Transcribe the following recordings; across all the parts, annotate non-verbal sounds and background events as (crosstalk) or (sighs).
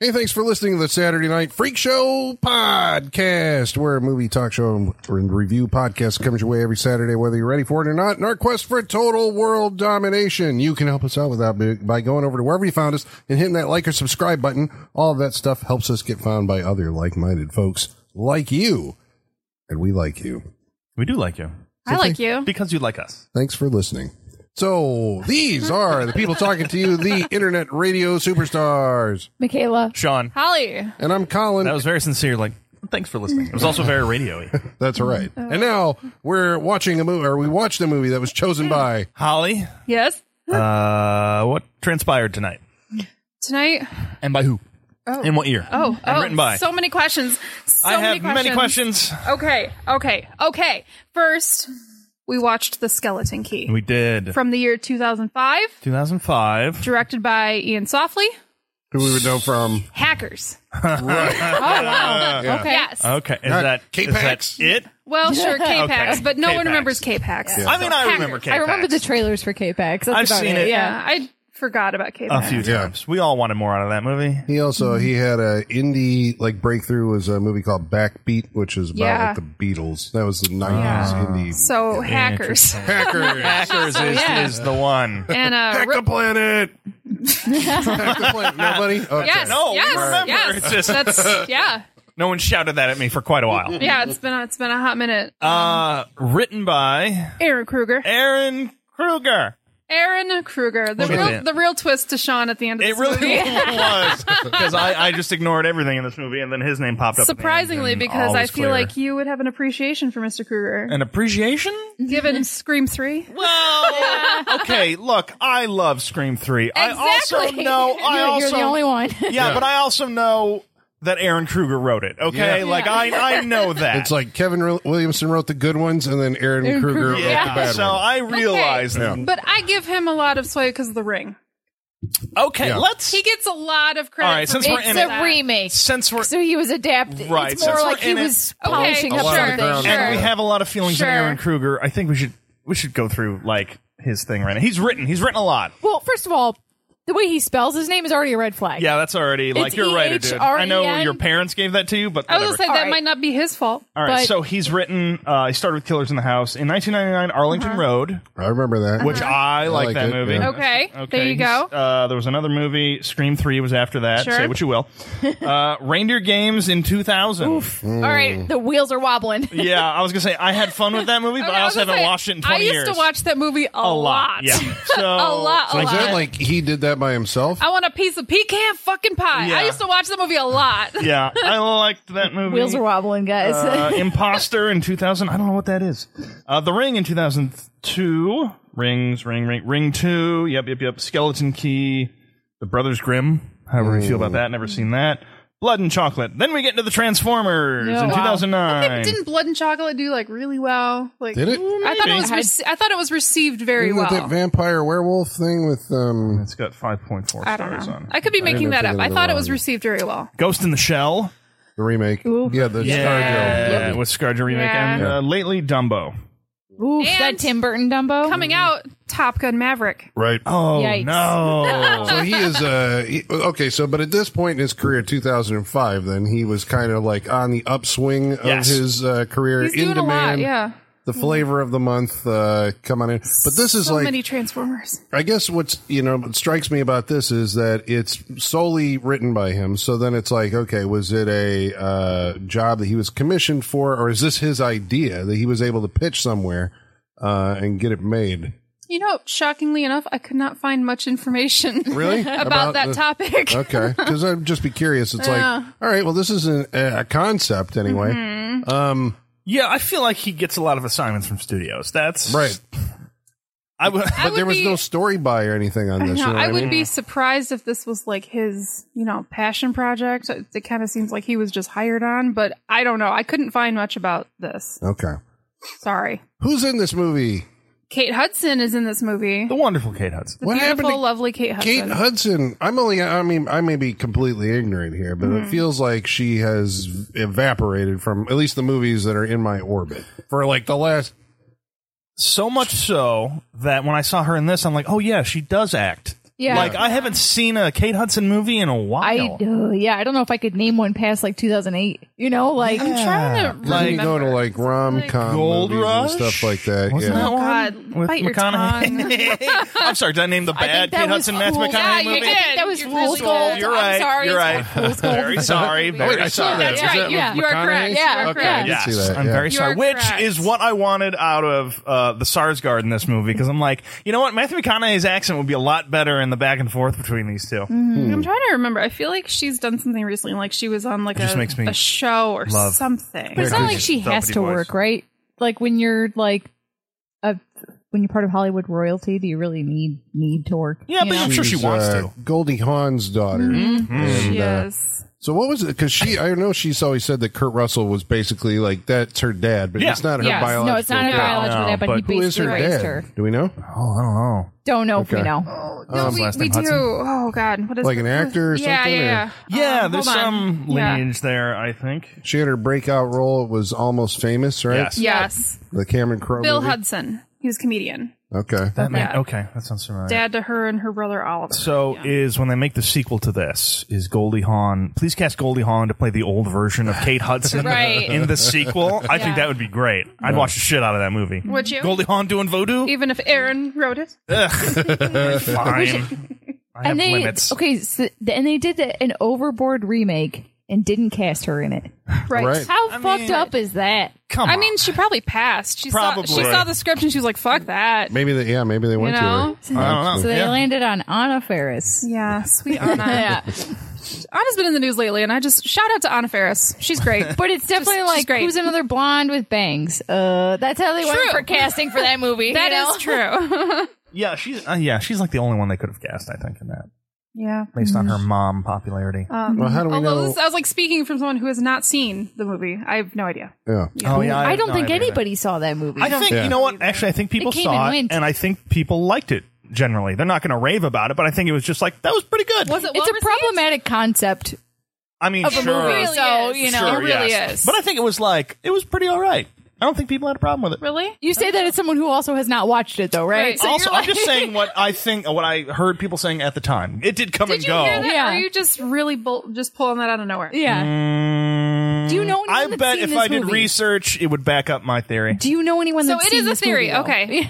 Hey, thanks for listening to the Saturday Night Freak Show podcast. We're a movie talk show and review podcast that comes your way every Saturday, whether you're ready for it or not. In our quest for total world domination, you can help us out with that by going over to wherever you found us and hitting that like or subscribe button. All of that stuff helps us get found by other like-minded folks like you, and we like you. We do like you. I like you. Because you like us. Thanks for listening. So these are the people talking to you, the internet radio superstars, Michaela. Sean, Holly. and I'm Colin. that was very sincere. Like, thanks for listening. It was also very radio (laughs) y. That's right. Mm. And now we're watching a movie, or we watched a movie that was chosen by. Holly, Yes. uh, what transpired tonight? Tonight. And by who? Oh. In what year? Oh, And oh, written by. So many questions. So I have many many questions. Okay. Okay. Okay. First, we watched The Skeleton Key We did. from the year 2005, 2005. directed by Ian Softly. Who we would know from. Hackers. Right. Oh wow. okay. Yes. Okay. Is Not that, is K-Pax. that it? well, sure, K-Pax, Okay. but no one K-Pax. remembers K-Pax. I mean, I Hackers. remember K-Pax. I remember the trailers for K-Pax. That's I've about seen it. Yeah. Yeah, I forgot about K-Pax. a few Yeah. times. We all wanted more out of that (laughs) movie. He also he had a indie like breakthrough was a movie called Backbeat, which is about Yeah. like, the Beatles. That was the nineties indie. So hackers Interesting. Hacker, Hackers is, Yeah. is the one. and uh, hack the planet. hack the (laughs) planet. Nobody. Okay. yes, No, we yes, remember. yes. It's just- (laughs) That's yeah, No one shouted that at me for quite a while. yeah. It's been a, it's been a hot minute. Uh, written by Aaron Kruger. Aaron Kruger. Aaron Kruger. The Look at real, that. the real twist to Sean at the end of It this really movie. (laughs) was because I, I just ignored everything in this movie, and then his name popped up. Surprisingly, at the end, and because all I was feel clear. like you would have an appreciation for Mr. Kruger, an appreciation. given Scream Three. Well, okay. Look, I love Scream Three. I also Exactly. know. (laughs) I You're, also you're the only (laughs) one. Yeah, but I also know that Aaron Kruger wrote it. Okay, Yeah. like I I know that. It's like Kevin Re- Williamson wrote the good ones, and then Aaron, Aaron Kruger Kruger. wrote yeah. the bad so one. I realize Okay. that. But I give him a lot of sway because of The Ring. Okay, Yeah. let's He gets a lot of credit. All right, for since we're being in It's it. that. a remake. since we're So he was adapted. Right, It's more since like we're he in it- was Okay, polishing A up lot of something. ground. Sure. and we have a lot of feelings Sure. on Aaron Kruger. I think we should we should go through like his thing right now. He's written. He's written a lot. Well, first of all, the way he spells his name is already a red flag. Yeah, that's already like you're right, dude. I know E E-H-R-E-N. your parents gave that to you, but I was whatever. gonna say All that right. might not be his fault. All right, but- so he's written. Uh, he started with Killers in the House in 1999, Arlington Uh-huh. Road, I remember that. which I like, like that it, movie. yeah. Okay, That's- there you he's- go. Uh, there was another movie, Scream Three was after that. Sure. Say what you (laughs) will. Uh, Reindeer Games in 2000. All right. The wheels are wobbling. Yeah, I was gonna say I had fun with that movie, but Okay, I was also gonna haven't say, watched it in 20 I used years. to watch that movie a, a lot. Yeah, (laughs) so a lot. A Like lot. that, like he did that by himself. I want a piece of pecan fucking pie. Yeah. I used to watch that movie a lot. (laughs) Yeah, I liked that movie. (laughs) Wheels are wobbling, (laughs) guys. uh, Imposter in 2000. I don't know what that is. Uh, the Ring in 2002. Rings, Ring, Ring, Ring 2. Yep, yep, yep. Skeleton Key. The Brothers Grimm. However you feel about that. Never seen that. Blood and Chocolate. Then we get into the Transformers Yeah, in wow. 2009. Didn't Blood and Chocolate do like really well? Like Did it? I thought it was. Maybe. rece- I thought it was received very Even with well. that vampire werewolf thing with um. It's got 5.4 stars I don't know. on. I could be making know if that they up. did I it thought it wrong. was received very well. Ghost in the Shell. The remake. Yeah, the Stargirl. Yeah, with ScarJo remake Yeah. and uh, lately Dumbo. (laughs) Oof, and- that Tim Burton Dumbo. Coming out, Top Gun Maverick. Right. Oh (laughs) Yikes. no! So he is uh he- okay. So, but at this point in his career, 2005, then he was kind of like on the upswing of Yes. his uh, career, He's in doing a lot. demand, Yeah. the flavor of the month. Uh, come on in. But this is so like, many Transformers. I guess what's you know what strikes me about this is that it's solely written by him. So then it's like, okay, was it a uh, job that he was commissioned for, or is this his idea that he was able to pitch somewhere uh, and get it made? You know, shockingly enough, I could not find much information (laughs) Really? about, About that the- (laughs) topic. Okay, because I'd just be curious. It's like, all right, well, this is an, a concept anyway. Mm-hmm. Um, yeah, I feel like he gets a lot of assignments from studios. That's right, I would. I but there would was be- no story by or anything on this. No, you know (laughs) I what would mean? be surprised if this was like his, you know, passion project. It, it kind of seems like he was just hired on, but I don't know. I couldn't find much about this. Okay, Sorry. who's in this movie? Kate Hudson is in this movie. (laughs) The wonderful Kate Hudson. What happened Beautiful, to lovely Kate Kate Hudson. Hudson, I'm only, I mean, I may be completely ignorant here, but Mm-hmm. it feels like she has evaporated from at least the movies that are in my orbit for like the last. So much so that when I saw her in this, I'm like, oh yeah, she does act. Yeah. Like I haven't seen a Kate Hudson movie in a I while. uh, yeah, I don't know if I could name one past like 2008. You know, like I'm trying to Like- You go to Mm-hmm. remember. like rom com Gold movies and Rush? stuff like that. Wasn't yeah. that one God, with bite your McConaughey? (laughs) I'm sorry, did I name the bad that Kate was Hudson Matthew cool. McConaughey Yeah, you movie? did. that was You're fool's really gold. good. You're I'm right. sorry, You're it's right. Fool's gold. Very sorry. Oh, Very wait, I saw sorry. that. Was That's right, that yeah, with you are McConaughey? correct, yeah, okay, yeah. I did Yes, see that. I'm yeah. very You sorry. are Which correct. is what I wanted out of uh, the Sarsgaard in this movie because I'm like, you know what, Matthew McConaughey's accent would be a lot better in the back and forth between these Oh, 2 I'm trying to remember. I feel like she's done something recently. Like she was on like It just a, makes me a show or love- something. But it's not Because like she it's has Doubleday to Boys. work, right? Like when you're like a when you're part of Hollywood royalty, do you really need need to work? Yeah, you but know? I'm sure she She's, wants uh, to. Goldie Hawn's daughter. Mm-hmm. And, she uh, is. so what was it? Because she, I know she's always said that Kurt Russell was basically like that's her dad, but Yeah. it's not her Yes. biological. no, it's not her dad. biological No, dad, but, he but Who basically is her raised dad? her. Do we know? Oh, I don't know. Don't know if Okay. we know. No, we, um, last we name do. Hudson? Oh God, what is Like the- an actor or yeah, something, Yeah, or- yeah, Yeah, Um, there's hold on. some Yeah. lineage there, I think. She had her breakout role. It was almost famous, right? Yes. Yes, The Cameron Crowe. Bill movie? Hudson. He was a comedian. Okay. That may- Yeah. okay, that sounds familiar. Dad to her and her brother Oliver. So is when they make the sequel to this is Goldie Hawn. Please cast Goldie Hawn to play the old version of Kate Hudson (laughs) Right. in the sequel. I Yeah. think that would be great. I'd watch the shit out of that movie. Would you? Goldie Hawn doing voodoo? even if Aaron wrote it, (laughs) Fine. I have And they limits. okay, so, and they did an overboard remake and didn't cast her in it. right? Right. How I fucked mean- up is that? Come I on. mean, she probably passed. She Probably. saw she saw the script and she was like, "Fuck that." Maybe they. Yeah. Maybe they went know? to her. I don't know. So they Yeah. landed on Anna Ferris. Yeah, sweet Anna. (laughs) Yeah, Anna's been in the news lately, and I just shout out to Anna Ferris. She's (laughs) great. but it's definitely she's like great. who's another blonde with bangs? Uh, that's how they went True. for casting for that movie. That you is know? true. yeah, she's uh, yeah, she's like the only one they could have cast. I think in that yeah. based on her mom popularity. Uh, Well, how do we Although know? this, I was like speaking from someone who has not seen the movie. I have no idea. yeah. oh yeah, I, have don't no think idea. anybody saw that movie. I think Yeah. you know what? Actually, I think people It came saw and it, went. and I think people liked it. Generally, they're not going to rave about it, but I think it was just like that was pretty good. Was it? it's a problematic concept. I mean, a sure, movie, really so, you know, sure, it really yes. is. But I think it was like it was pretty all right. I don't think people had a problem with it. really. You say that as someone who also has not watched it, though, right? Right. So also, you're like- I'm just saying what I think, what I heard people saying at the time. It did come Did and you go. hear that? Yeah. Are you just really bol- just pulling that out of nowhere? yeah. Mm, Do you know anyone I that's bet seen if this I did movie? research, it would back up my theory. Do you know anyone? So that's it seen is a this theory. movie, though?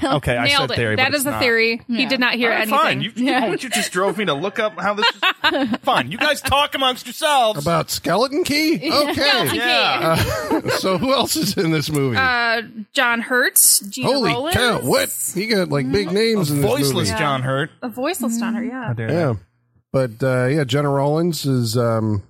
okay. Okay, I Nailed said theory. it. but That it's is the not. theory. He Yeah. did not hear All right, anything. fine. You, you- you just drove me to look up how this. (laughs) Is, fine, you guys talk amongst yourselves. About Skeleton (laughs) Key. Okay. Uh, yeah, (laughs) so who else is in this movie? uh, John Hurts, Gina Holy Rollins. cow! What he got like Mm-hmm. big names in this voiceless movie. John Hurt. A voiceless John Hurt, yeah. Yeah. But uh, yeah, Jenna Rollins is. um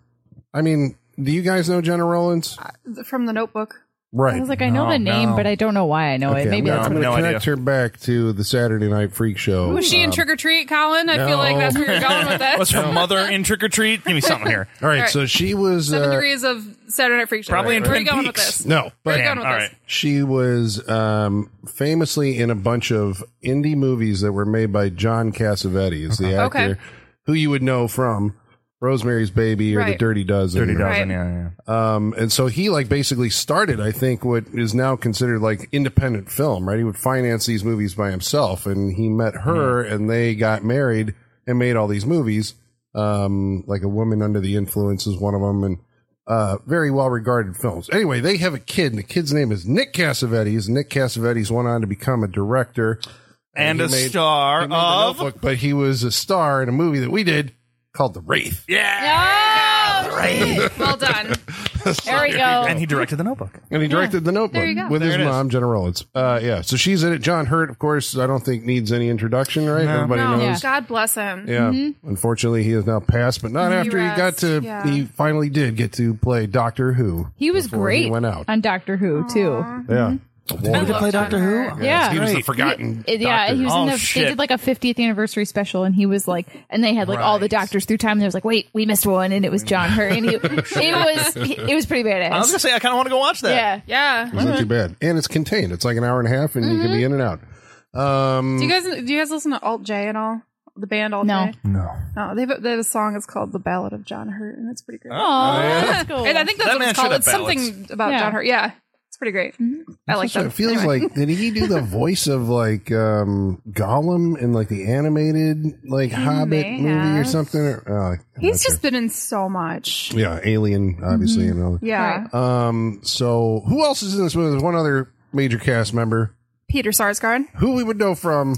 I mean, do you guys know Jenna Rollins? From the notebook. Right. I was like, I know No, the name, no. but I don't know why I know it. Okay, Maybe I'm that's gonna, what No I'm gonna connect idea. her back to the Saturday Night Freak Show. Was she in Trick or Treat, Colin? I feel like no. that's where you're going (laughs) with Was that. her mother in Trick or Treat? Give me (laughs) something here. all right, all right. so she was Seven uh, degrees of Saturday Night Freak Show. Probably in where are Twin you going with Peaks. this? no, Where are but you Damn, going with all this? right. she was um, famously in a bunch of indie movies that were made by John Cassavetes, is the actor Okay. who you would know from Rosemary's Baby or The Right. Dirty Dozen. Dirty or- Dozen, Right. yeah, yeah. Um, and so he like basically started, I think, what is now considered like independent film, right? He would finance these movies by himself and he met her and they got married and made all these movies. Um, like a woman under the influence is one of them and, uh, very well regarded films. Anyway, they have a kid and the kid's name is Nick Cassavetes. Nick Cassavetes went on to become a director And, he a made- star He made The of Notebook, but he was a star in a movie that we did called The Wraith. yeah. Oh! (laughs) Well done. (laughs) There we go. And he directed the Notebook. And he directed The Notebook you go. with There his it is. mom, Jenna Rollins. Uh, yeah, so she's in it. John Hurt, of course, I don't think needs any introduction, right? Everybody No, Mm-hmm. knows. God bless him. Yeah. Unfortunately, he is now passed, but not after he got rest, to. yeah. He finally did get to play Doctor Who. he was before great He went out. on Doctor Who too. yeah. Well, play Doctor Who? Yeah. He was the Great. forgotten. It- yeah, Doctor. he was Oh, in the. shit. They did like a 50th anniversary special, and he was like, and they had like all the Right. doctors through time. And they was like, wait, we missed one, and it was John Hurt, and he, (laughs) it was it was pretty I was badass. gonna say I kind of want to go watch that. Yeah, Yeah. It Mm-hmm. wasn't too bad, and it's contained. It's like an hour and a half, and you can be in and out. Um, Mm. Do you guys do you guys listen to Alt J and all the band Alt No. J? No. No, they have, a- they have a song. It's called "The Ballad of John Hurt," and it's pretty great. Oh, yeah. that's cool. And I think that's That what man it's called. should It's have something about Yeah. Mm-hmm. John Hurt. Yeah, it's pretty great. I like so that. it feels Anyway. like did he (laughs) do the voice of like um Gollum in like the animated like Hobbit may movie or have. something? Or, uh, he's just Mm-hmm. been in so much. yeah, Alien obviously and all. Yeah, Right. Um, so who else is in this movie? There's one other major cast member Peter Sarsgaard who we would know from.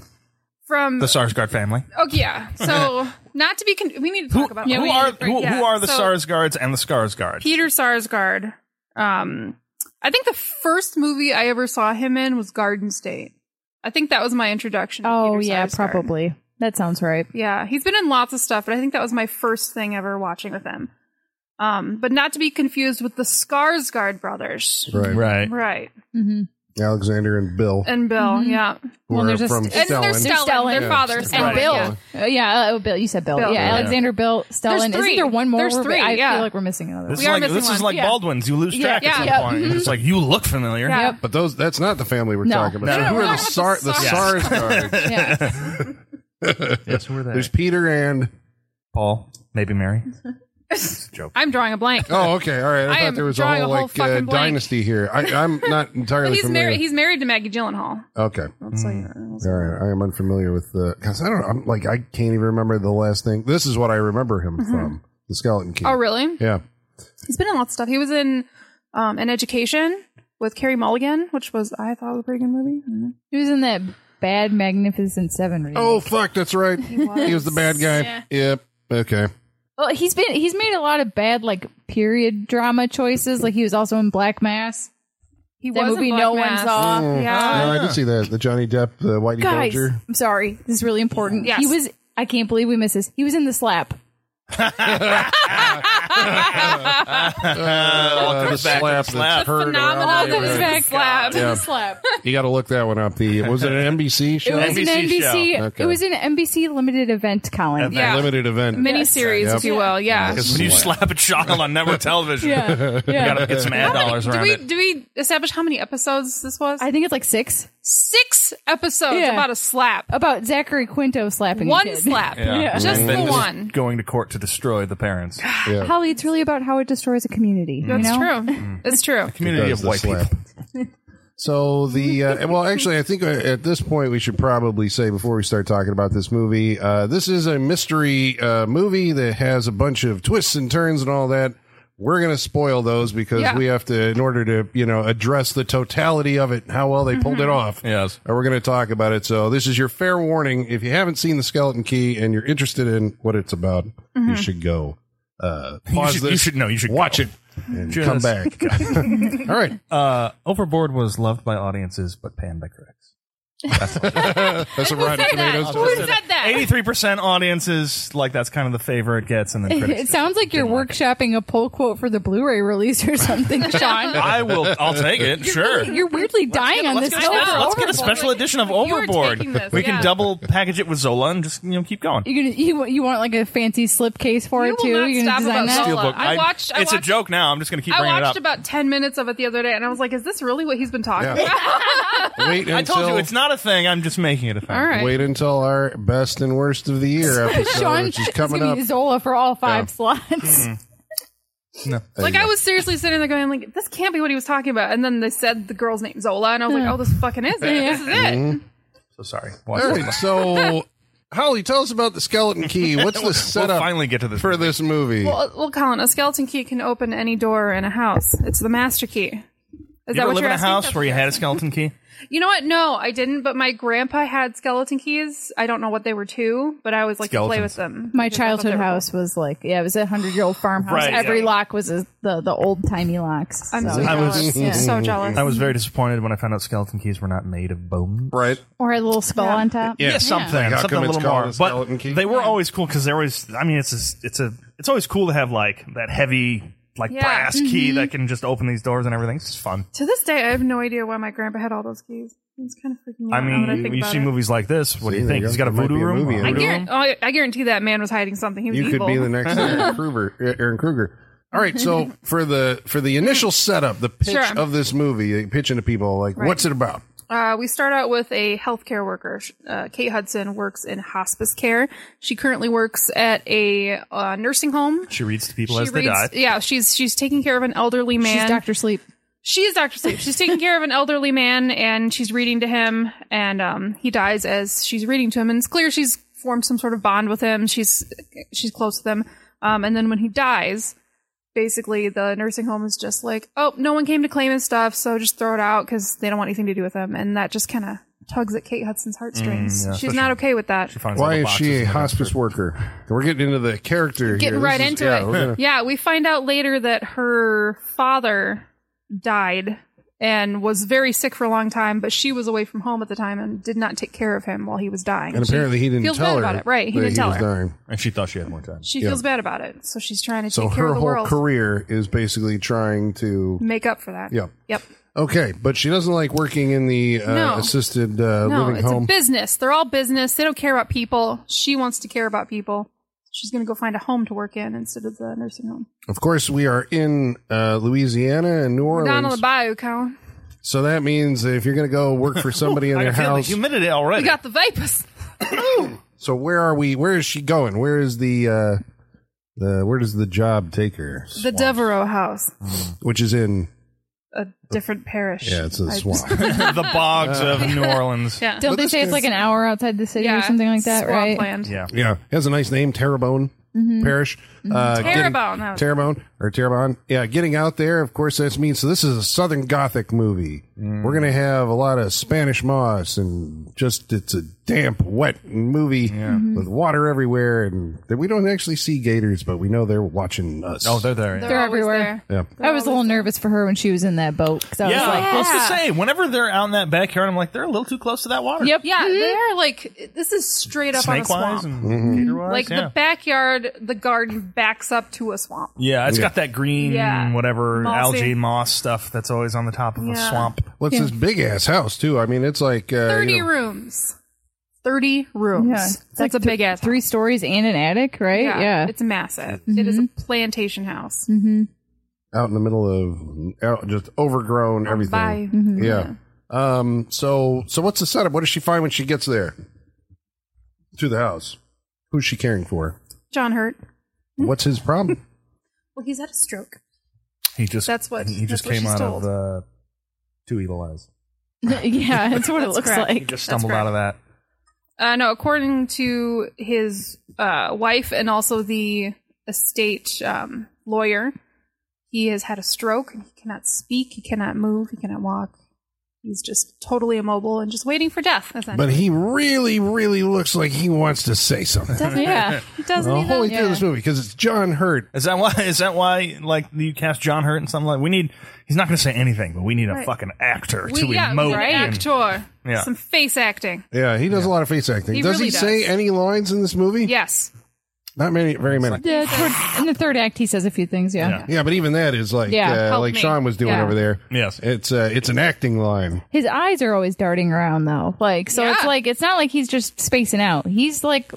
from. The Sarsgaard family. oh yeah, so not to be. Con- we need to talk about. who we are need to break- who, yeah. who are the So, Sarsguards and the Skarsgård? Peter Sarsgaard. Um, I think the first movie I ever saw him in was Garden State. I think that was my introduction. to oh Peter yeah, Sarsgaard. probably. That sounds right. Yeah, he's been in lots of stuff, but I think that was my first thing ever watching with him. Um, but not to be confused with the Skarsgård brothers, Right. right. right? Mm-hmm. Alexander and Bill. And Bill, Mhm. yeah, who Well, are there's a from st- and Stellan. their Stellan, Stellan. their Yeah, father, Stellan. And Right, Bill. yeah. Uh, yeah, oh, Bill. You said Bill. Bill. Yeah, Yeah. Alexander, Bill, Stellan. There's Isn't three. there one more? There's we're- three, I yeah. feel like we're missing another This one. We is are like, missing this is one, like yeah. Baldwin's. You lose track Yeah, at some yeah, point. mhm. It's like you look familiar. Yeah. Yep. But those that's not the family we're No. talking about. No, So who we're are the talking Sar about the the Sar- Sarsgaard? Yeah. Yes, who are they? There's Peter and Paul, maybe Mary. I'm drawing a blank. Oh, okay, all right. I, I thought am there was a drawing whole, a whole like uh, fucking blank. dynasty here. I, I'm (laughs) not entirely he's familiar. Mm. married. He's married to Maggie Gyllenhaal. okay, That's like- all right. I am unfamiliar with the because I don't. I'm like I can't even remember the last thing. This is what I remember him from the Skeleton King. Mm-hmm. Oh, really? Yeah, He's been in lots of stuff. He was in um, an Education with Carrie Mulligan, which was I thought was a pretty good movie. Mhm. He was in that bad Magnificent Seven. remake. Oh fuck, that's right. He was, the bad guy. Yeah. Yep. Okay. Well, he's been he's made a lot of bad like period drama choices. Like he was also in Black Mass. He That was in movie Black no one Mass. saw. Mm, Yeah. No, I did see that. The Johnny Depp, the Whitey Guys, Bulger. I'm sorry. This is really important. Yes. He was. I can't believe we missed this. He was in the slap. Uh, the comes back to slap the slap. that's heard around Phenomenal. Oh, the All comes neighborhood. back. slap. Yeah. The slap. You got to look that one up. The was it an NBC (laughs) It show? was NBC an NBC. show. Okay. It was an NBC limited event, Colin. Yeah. Limited event. Mini series, Yep. if you will. Yeah. Because when you slap a child on network television, (laughs) Yeah. you yeah. gotta get some ad dollars do around we it. do we establish how many episodes this was? I think it's like six Six episodes Yeah. about a slap, about Zachary Quinto slapping a one kid. slap, Yeah. just And then the one. Going to court to destroy the parents. Holly, it's really about how it destroys a community. That's you know? true. It's true. (sighs) Community Does of the white slap. people. So the uh, well, actually, I think uh, at this point we should probably say before we start talking about this movie, uh, this is a mystery uh, movie that has a bunch of twists and turns and all that. We're going to spoil those because Yeah. we have to, in order to you know address the totality of it, how well they pulled it Mm-hmm. off. Yes. and we're going to talk about it. So this is your fair warning. If you haven't seen the Skeleton Key and you're interested in what it's about, Mm-hmm. you should go uh, You pause should, this, you should know. You should watch go. it, and Just- come (laughs) back. all right. Uh, Overboard was loved by audiences but panned by critics. That's a Rotten said that? Tomatoes. Who said that? Eighty-three percent audiences like that's kind of the favor it gets, (laughs) and then critics. (laughs) It sounds like you're workshopping a pull quote for the Blu-ray release (laughs) or something, Sean. I will. I'll take it. sure. You're weirdly dying on Let's this. get, hill let's, for let's get a Overboard. special edition of You were Overboard. taking this, we yeah. can double package it with Zola and just you know keep going. You gonna you, want- you want like a fancy slipcase for You it will too? not You're gonna stop design about that. Zola. I watched- I it's a watched- joke now. I'm just going to keep I bringing it up. watched about ten minutes of it the other day, and I was like, "Is this really what he's been talking Yeah. about?" Wait until I told you it's not a thing. I'm just making it a thing. All right. wait until our best and worst of the (laughs) year episode, Sean which is it's coming gonna up. be Zola for all five Yeah. Mm-hmm. slots. Like I was seriously sitting there going, "Like this can't be what he was talking about." And then they said the girl's name Zola, and I was like, "Oh, this fucking is it. This is it." So sorry. All Watch right, so Holly, tell us about the Skeleton Key. What's the (laughs) We'll setup finally get to this. for this movie? Well, well, Colin, a skeleton key can open any door in a house. It's the master key. Is you that ever what live in you're a asking? house where you had a skeleton key? You know what? No, I didn't. But my grandpa had skeleton keys. I don't know what they were to, but I always like to play Skeletons. with them. My because I thought childhood they were cool. house was like yeah, it was a hundred year old farmhouse. Right, Every yeah. lock was a, the the old timey locks. I'm so so- I was- jealous. Yeah. so jealous. I was very disappointed when I found out skeleton keys were not made of bone. (laughs) right. or a little spell Yeah. on top. Yeah. something, Like, how something come a it's little called more. a skeleton but key? they were always cool because they're always. I mean, it's a, it's a it's always cool to have like that heavy like Yeah. Mm-hmm. brass key that can just open these doors and everything. It's just fun. to this day, I have no idea why my grandpa had all those keys. It's kind of freaking me I out. now that mean, I think you about see it. movies like this. What do See, you there think? you go. He's got a There might voodoo be a room. movie in I, it. voodoo guar- room? oh, I- I guarantee that man was hiding something. He was You evil. could be the next (laughs) Aaron Kruger. Aaron Kruger. All right, so for the for the initial setup, the pitch Sure. uh, of this movie, pitching to people, like what's it about? Uh, we start out with a healthcare worker. Sh- Uh, Kate Hudson works in hospice care. She currently works at a uh, nursing home. She reads to people She as they die. reads- Yeah, she's she's taking care of an elderly man. She's Doctor Sleep. She is Doctor Sleep. She's taking care of an elderly man, and she's reading to him, and um, he dies as she's reading to him. And it's clear she's formed some sort of bond with him. She's she's close with him. Um, and then when he dies, basically the nursing home is just like, oh, no one came to claim his stuff, so just throw it out because they don't want anything to do with him. And that just kind of tugs at Kate Hudson's heartstrings. yeah, she's especially- not okay with that. She finds all Why the is boxes she in a the hospice dumpster. worker? We're getting into the character here. Getting This right is- into yeah, it. we're (laughs) gonna- Yeah, we find out later that her father died and was very sick for a long time, but she was away from home at the time and did not take care of him while he was dying. and She apparently he didn't feels tell bad her about it, right? He that didn't tell was her. dying. And she thought she had more time. She Yeah. feels bad about it, so she's trying to So take care her of the whole world, career is basically trying to. make up for that. Yeah. Yep. Okay, but she doesn't like working in the uh, No. assisted uh, No, living it's a home. business. They're all business. They don't care about people. She wants to care about people. She's going to go find a home to work in instead of the nursing home. of course, we are in uh, Louisiana and New Down on the Orleans, bayou, Colin. so that means if you're going to go work for somebody (laughs) in I their can feel the house. humidity already. You got the vapors. so where are we? Where is she going? Where is the uh, the where does the job take her? The Devereaux house, Which is in a different parish. yeah, it's a I- swamp. (laughs) the bogs of New Orleans. (laughs) Yeah. Don't they say it's like an hour outside the city or something like that, right? Swampland. Yeah. (laughs) Yeah, it has a nice name, Terrebonne Mm-hmm. Parish. Uh, getting- Terrebonne, that was- Terrebonne or Terrebonne. Yeah, getting out there. Of course, that's means. So this is a Southern Gothic movie. We're gonna have a lot of Spanish moss and just it's a damp, wet movie Mm-hmm. with water everywhere, and we don't actually see gators, but we know they're watching us. Oh, they're there. They're, They're always everywhere. There. yeah. I was a little nervous for her when she was in that boat because I yeah, was like, I was Yeah. to say, whenever they're out in that backyard, I'm like, they're a little too close to that water. "Yep, Yeah, they are like this is straight up Snake on a wise swamp. and Mm-hmm. gator wise. like yeah. the backyard, the garden backs up to a swamp. yeah, it's got that green, Yeah. whatever Mossy. algae moss stuff that's always on the top of a Yeah. swamp. What's this big ass house too? I mean, it's like uh, Thirty you know- rooms. Thirty rooms. Yeah, That's like a th- big ass. three stories and an attic, right? Yeah, Mm-hmm. Yeah, it's massive. It is a plantation house. out in the middle of out, just overgrown everything. Bye. Yeah. Um. So so what's the setup? What does she find when she gets there to the house? Who's she caring for? John Hurt. Hmm? What's his (laughs) problem? Well, he's had a stroke. He just That's what- he just that's what came she's out told. of uh, two evil eyes. (laughs) yeah, that's what it That's looks correct. He like. just stumbled correct. out of that. Uh, no, according to his uh, wife and also the estate um, lawyer, he has had a stroke and he cannot speak, he cannot move, he cannot walk. He's just totally immobile and just waiting for death. but he really, really looks like he wants to say something. (laughs) doesn't Yeah, he doesn't The he though? whole way through this movie because it's John Hurt. Is that why? Is that why? Like you cast John Hurt and something like we need. He's not going to say anything, but we need a Right. fucking actor We, to yeah, emote. we got an and- actor. Yeah. Some face acting. Yeah, he does a lot of face acting. He does really he does. say any lines in this movie? Yes. not many, very many. (laughs) Yeah, toward, in the third act, he says a few things. Yeah, Yeah. yeah, but even that is like Yeah, uh, help like me. Sean was doing Yeah. over there. Yes. it's uh, it's an acting line. his eyes are always darting around though. Like, so it's Yeah. like it's not like he's just spacing out. He's like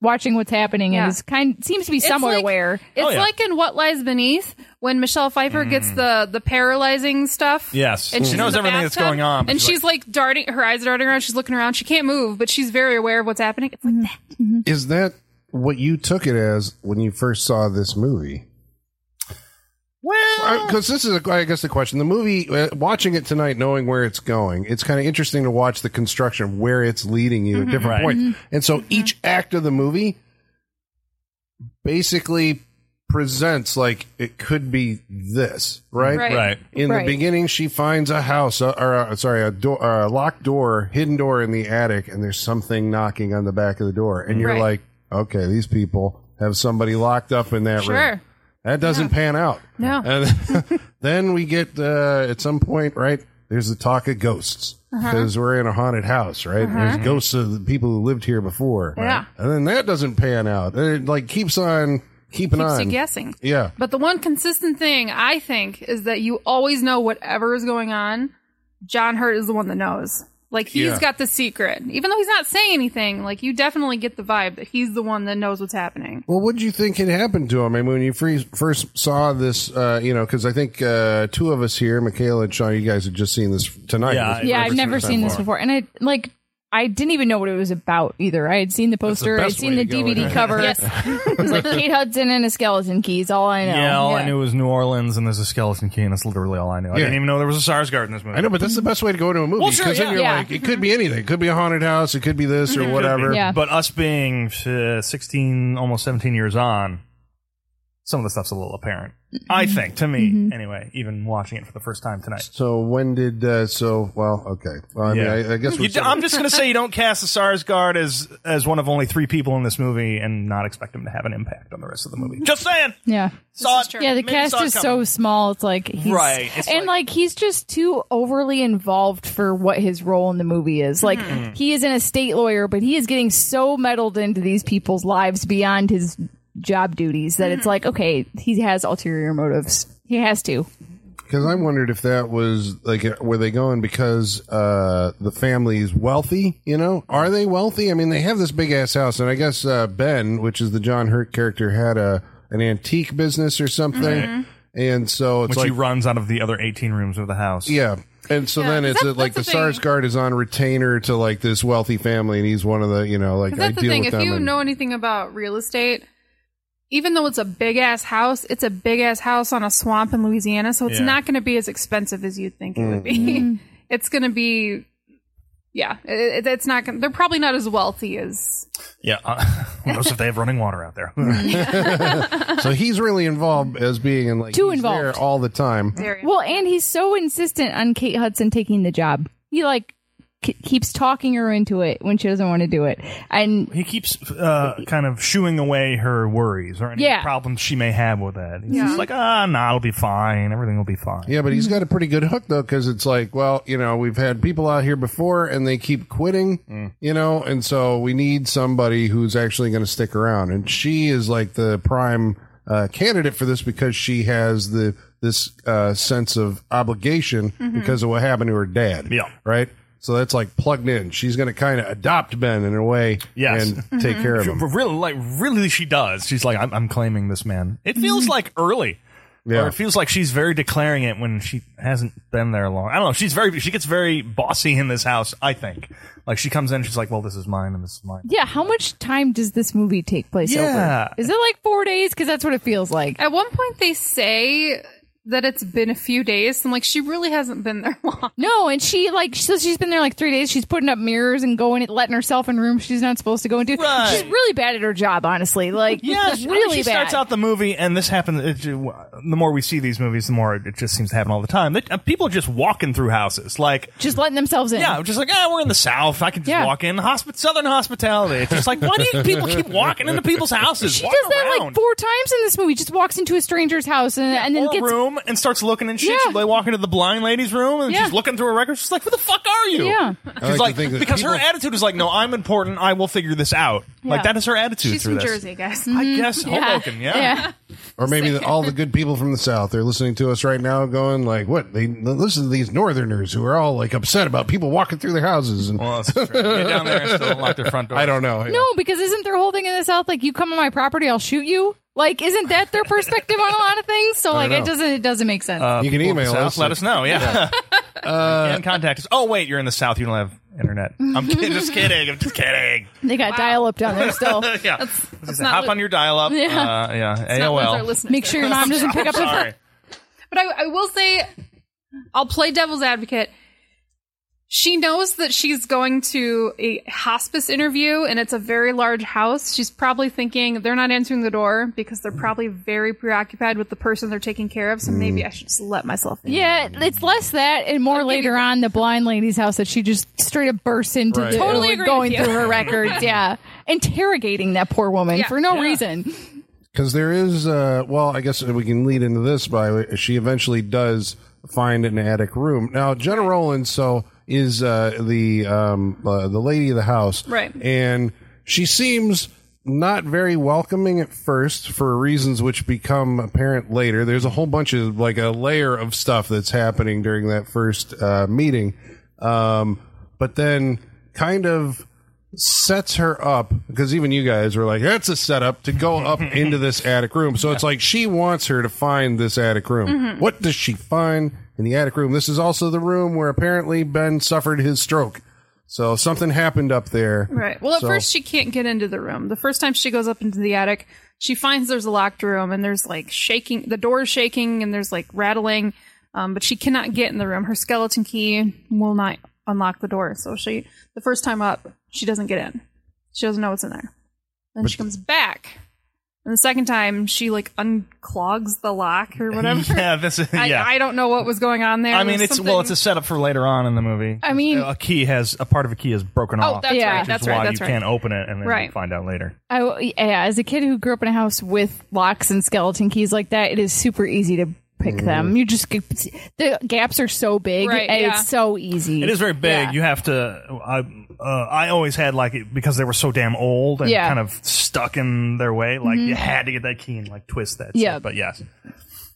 watching what's happening Yeah. and is kind seems to be somewhat like- aware. It's Oh, yeah. Mm. like in What Lies Beneath when Michelle Pfeiffer gets the the paralyzing stuff. Yes. and She she's knows in the everything that's bathtub, going on, but and she's she's like, darting, her eyes are darting around. She's looking around. She can't move, but she's very aware of what's happening. It's like that. Is that what you took it as when you first saw this movie? Well, because this is, a, I guess, the question. The movie, uh, watching it tonight, knowing where it's going, it's kind of interesting to watch the construction of where it's leading you at Right. different points. And so each act of the movie basically presents like it could be this, right? Right. right. In Right. the beginning, she finds a house, uh, or uh, sorry, a door, uh, a locked door, hidden door in the attic, and there's something knocking on the back of the door, and you're Right. like, okay, these people have somebody locked up in that room. Sure. That doesn't pan out. No. (laughs) And then we get uh, at some point, right? There's the talk of ghosts Uh-huh. because we're in a haunted house, right? There's ghosts of the people who lived here before. Yeah. And then that doesn't pan out. And It like keeps on keeping Keeps on. you guessing. Yeah. But the one consistent thing I think is that you always know whatever is going on. John Hurt is the one that knows. Like he's Yeah. got the secret, even though he's not saying anything. Like you definitely get the vibe that he's the one that knows what's happening. Well, what did you think had happened to him? I mean, when you free, first saw this, uh, you know, because I think uh, two of us here, Michaela and Sean, you guys had just seen this tonight. Yeah, It was the yeah, first I've never time seen this before, and I like. I didn't even know what it was about either. I had seen the poster, I'd best seen way the to go, DVD isn't it? cover. (laughs) it was like Kate Hudson and a skeleton key. Is all I know. Yeah, all I Yeah. knew was New Orleans, and there's a skeleton key, and that's literally all I knew. I Yeah. didn't even know there was a SARS guard in this movie. I know, but that's the best way to go to a movie Well, sure, then yeah. you're Yeah. Mm-hmm. like, it could be anything. It could be a haunted house. It could be this or whatever. Yeah. But us being uh, 16, almost 17 years on, some of the stuff's a little apparent. I think, to me, anyway, even watching it for the first time tonight. So when did? Uh, so well, okay. Well, I Yeah. mean, I, I guess You we're d- I'm just going to say you don't cast the SARS guard as, as one of only three people in this movie and not expect him to have an impact on the rest of the movie. Just saying. Yeah. Saw it. true. Yeah, the Maybe cast saw it is so coming. small. It's like he's, Right, it's and like, he's just too overly involved for what his role in the movie is. Like Mm-hmm. he is an estate lawyer, but he is getting so meddled into these people's lives beyond his job duties that Mm-hmm. it's like, okay, he has ulterior motives. He has to. because I wondered if that was like, were they going because uh, the family is wealthy? You know, are they wealthy? I mean, they have this big ass house, and I guess uh, Ben, which is the John Hurt character, had a an antique business or something, Mm-hmm. and so it's Which like, he runs out of the other 18 rooms of the house. yeah. And so Yeah, then 'cause it's that's- uh, like the that's the thing. SARS guard is on retainer to like this wealthy family, and he's one of the you know like I That's the deal thing. with If them you and- know anything about real estate, even though it's a big ass house, it's a big ass house on a swamp in Louisiana, so it's Yeah. not going to be as expensive as you think it would (laughs) be. it's going to be, yeah, it, it- it's not. Gonna, they're probably not as wealthy as. Yeah. (laughs) Uh, who knows if they have running water (laughs) out there? so he's really involved as being in like Too he's there involved. all the time. Well, and he's so insistent on Kate Hudson taking the job. He like k- keeps talking her into it when she doesn't want to do it, and he keeps uh, kind of shooing away her worries or any Yeah. problems she may have with that. He's Yeah. just like, ah, nah, it'll be fine. Everything will be fine. Yeah, but he's got a pretty good hook though, because it's like, well, you know, we've had people out here before, and they keep quitting, Hmm. you know, and so we need somebody who's actually going to stick around. And she is like the prime uh, candidate for this because she has the this uh, sense of obligation because of what happened to her dad. Yeah. right. So that's like plugged in. She's going to kind of adopt Ben in a way, Yes. and take care of him. But really, like, really, she does. She's like, I'm, I'm claiming this man. Mm-hmm. It feels like early. Yeah. Or it feels like she's very declaring it when she hasn't been there long. I don't know. She's very, she gets very bossy in this house, I think. Like, she comes in, she's like, well, this is mine and this is mine. Yeah, how much time does this movie take place Yeah. over? Is it like four days? Because that's what it feels like. At one point, they say that it's been a few days. I'm like, she really hasn't been there (laughs) long. No, and she like so she's been there like three days. She's putting up mirrors and going letting herself in rooms she's not supposed to go into. Right. She's really bad at her job, honestly. Like Yeah, she- I mean, really she bad. starts out the movie, and this happens. It, ju- the more we see these movies, the more it just seems to happen all the time. That- uh, people are just walking through houses, like just letting themselves in. yeah, just like ah, we're in the South. I can just Yeah. walk in. Hospi- Southern hospitality. It's just like why do (laughs) you people keep walking into people's houses? she does that like around. four times in this movie. Just walks into a stranger's house and, and then Or a gets room and starts looking and shit. Yeah. She- They walk into the blind lady's room and Yeah. she's looking through her record. She's like, "What the fuck are you?" Yeah. like she's to like, think that because her people- attitude is like, "No, I'm important. I will figure this out." Like Yeah. Mm. that is her attitude She's through from this. Jersey, guys. I guess Hoboken, yeah. yeah. Or maybe the, all the good people from the South are listening to us right now, going like, "What? They listen to these Northerners who are all like upset about people walking through their houses." And Well, that's true. Get down there and still don't lock their front door. I don't know. No, because isn't their whole thing in the South like you come on my property, I'll shoot you? Like, isn't that their perspective on a lot of things? So like don't it know. Uh, doesn't it doesn't make sense. you can email South, us. Let us know. Yeah. (laughs) and contact us. Oh wait, you're in the south. You don't have internet. I'm kidding, just kidding. I'm just kidding. They got dial up down there still. (laughs) Yeah. That's Just hop li- on your dial (laughs) up. Yeah. Uh, yeah. that's not what our AOL. listeners Make say. sure your mom doesn't pick up the phone. Sorry. But I, I will say, I'll play devil's advocate. She knows that she's going to a hospice interview and it's a very large house. She's probably thinking they're not answering the door because they're probably very preoccupied with the person they're taking care of. So maybe I should just let myself in. Yeah, it's less that and more later on the blind lady's house that she just straight up bursts into Right. the, Totally like, agree going with you. through her (laughs) records, yeah, interrogating that poor woman Yeah. for no reason. because there is. Uh, well, I guess we can lead into this by she eventually does find an attic room. Now, Jenna Rollins so is uh, the um, uh, the lady of the house, Right. And she seems not very welcoming at first for reasons which become apparent later. There's a whole bunch of like a layer of stuff that's happening during that first uh, meeting. Um, but then kind of sets her up because even you guys were like, that's a setup to go up into this attic room. So it's like she wants her to find this attic room. What does she find in the attic room? This is also the room where apparently Ben suffered his stroke. So something happened up there. Right. Well, at So- first she can't get into the room. The first time she goes up into the attic, she finds there's a locked room and there's like shaking, the door's shaking and there's like rattling, um, but she cannot get in the room. Her skeleton key will not unlock the door. So she, the first time up, she doesn't get in. She doesn't know what's in there. Then she comes back. And the second time, she like unclogs the lock or whatever. (laughs) Yeah, this is yeah. I, I don't know what was going on there. I mean, There's it's well, it's something- a setup for later on in the movie. I mean- a key has a part of a key is broken Oh, off. that's Yeah. right. which That's is why right. That's you right. can't open it, and then Right. you find out later. I, yeah, as a kid who grew up in a house with locks and skeleton keys like that, it is super easy to pick Mm-hmm. them. You just get- the gaps are so big, Right, and yeah. it's so easy. It is very big. Yeah. You have to. I uh, I always had like it because they were so damn old and Yeah. kind of stuck in their way. Like Mhm. you had to get that key and like twist that. Yeah. Yeah, but yes,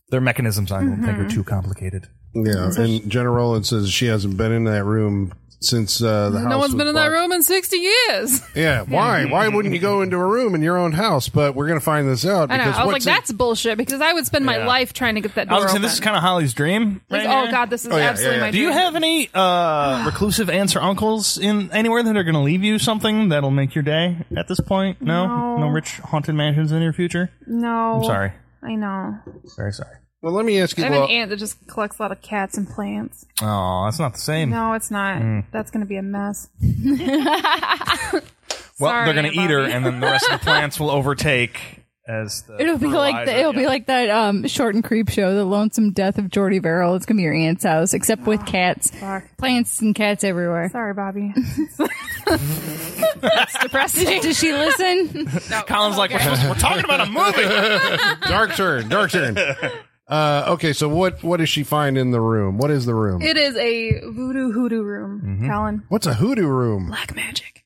their mechanisms I don't think Mm-hmm. are too complicated. Yeah. And Jenna Roland says she hasn't been in that room since uh, the house. no one's was been in that bought. room in 60 years. Yeah. Why? Why wouldn't you go into a room in your own house? But we're gonna find this out I know. because I was like, what's in- that's bullshit because I would spend my Yeah. life trying to get that I door was gonna say open. this is kind of Holly's dream. This- Right oh here. god, this is Oh, yeah, absolutely yeah, yeah. my. Do you dream. have any uh, reclusive aunts or uncles in anywhere that are going to leave you something that'll make your day at this point? No, No. rich haunted mansions in your future. No, I'm sorry, I know. very sorry. Well, let me ask I you. have Well, an aunt that just collects a lot of cats and plants. Oh, that's not the same. No, it's not. Mm. That's going to be a mess. well, sorry they're going to eat her, about you. and then the rest of the plants will overtake. As the It'll be like the, fertilizer. it'll Yeah. be like that um, short and creep show, the lonesome death of Jordy Verrill. It's gonna be your aunt's house, except (gasps) with cats, plants, and cats everywhere. Sorry, Bobby. Depressing. Does (laughs) she listen? (laughs) Colin's like, we're, supposed- we're talking about a movie. (laughs) dark turn. Dark turn. Uh, okay, so what what does she find in the room? What is the room? (laughs) it is a voodoo hoodoo room, Mm-hmm. Colin. What's a hoodoo room? Black magic.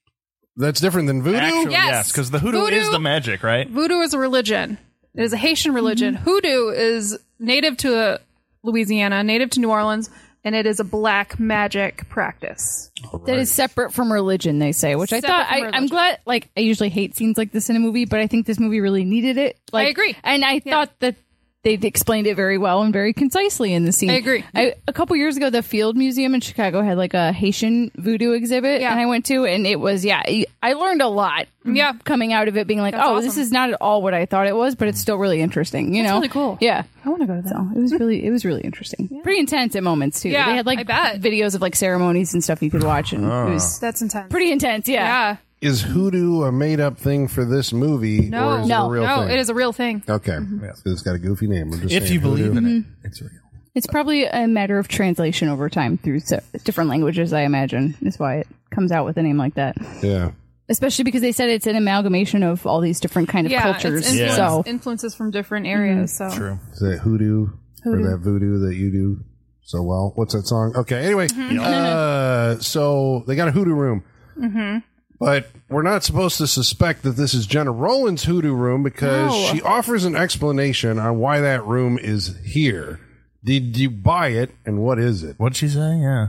That's different than voodoo. Actually, Yes. yes, because the hoodoo, Voodoo- is the magic, right? Voodoo is a religion. It is a Haitian religion. Hoodoo is native to uh, Louisiana, native to New Orleans, and it is a black magic practice. that is separate from religion, they say. Which I Separate thought from I, I'm religion. glad. Like I usually hate scenes like this in a movie, but I think this movie really needed it. Like, agree. And I thought that they explained it very well and very concisely in the scene. I agree. I, a couple years ago, the Field Museum in Chicago had like a Haitian voodoo exhibit, Yeah. and I went to, and it was yeah. I learned a lot. Yeah. coming out of it being like, oh, this awesome. is not at all what I thought it was, but it's still really interesting. You know, really cool. Yeah, I want to go to that. it was really it was really interesting. Pretty intense at moments too. Yeah, they had like I bet. videos of like ceremonies and stuff you could watch, and it Ah. was That's intense. pretty intense. Yeah, Yeah. Is hoodoo a made up thing for this movie? No. or is it No. a real No, thing? it is Mm-hmm. a real thing. Okay, So it's got a goofy name. I'm just If saying you believe hoodoo. in it, it's real. it's probably a matter of translation over time through se- different languages. I imagine is why it comes out with a name like that, yeah. especially because they said it's an amalgamation of all these different kind of Yeah, cultures. It's influence- So influences from different areas. Mm-hmm. So True. Is that hoodoo, or that voodoo that you do so well? What's that song? Okay. Anyway, Mm-hmm. uh, so they got a hoodoo room, mm-hmm. but we're not supposed to suspect that this is Jenna Roland's hoodoo room because No. she offers an explanation on why that room is here. Did you buy it, and what is it? What'd she say? Yeah.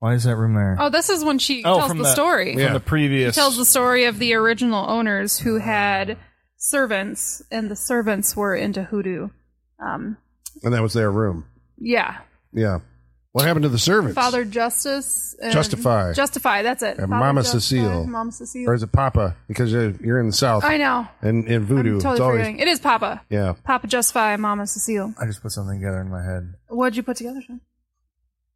Why is that room there? Oh, this is when she Oh, tells the, from the- story. Yeah. From the previous. Tells the story of the original owners who had servants, and the servants were into hoodoo. Um, And that was their room. yeah, Yeah. What happened to the servants? Father Justice, and Justify. Justify. That's it. And Father Mama Justify, Cecile. Mama Cecile. or is it Papa? Because you're you're in the South, I know. and in voodoo, I'm totally it's always forgetting. It is Papa. yeah. Papa Justify, and Mama Cecile. I just put something together in my head. What'd you put together, Sean?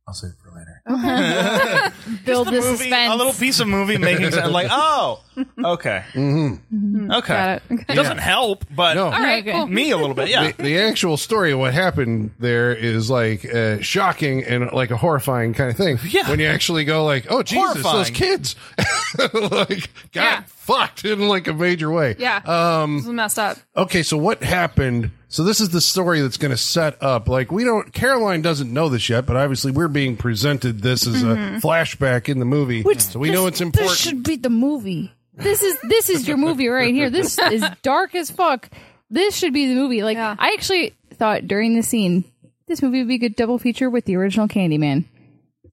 I'll save it for later. build the movie, suspense. a little piece of movie making sense. Like, oh, okay, mm-hmm. okay. Got it. Okay. doesn't help, but No. All right, cool. me a little bit. Yeah, the, the actual story of what happened there is like uh, shocking and like a horrifying kind of thing. Yeah. When you actually go like, oh Jesus, those Horrifying. kids (laughs) like got Yeah. fucked in like a major way. Yeah. Um, this is messed up. Okay, so what happened? So this is the story that's going to set up. Like we don't, Caroline doesn't know this yet, but obviously we're being presented this as a flashback in the movie, so we know it's important. This should be the movie. This is this is your movie right (laughs) here. This is dark as fuck. This should be the movie. Like Yeah. I actually thought during the scene, this movie would be a good double feature with the original Candyman. Because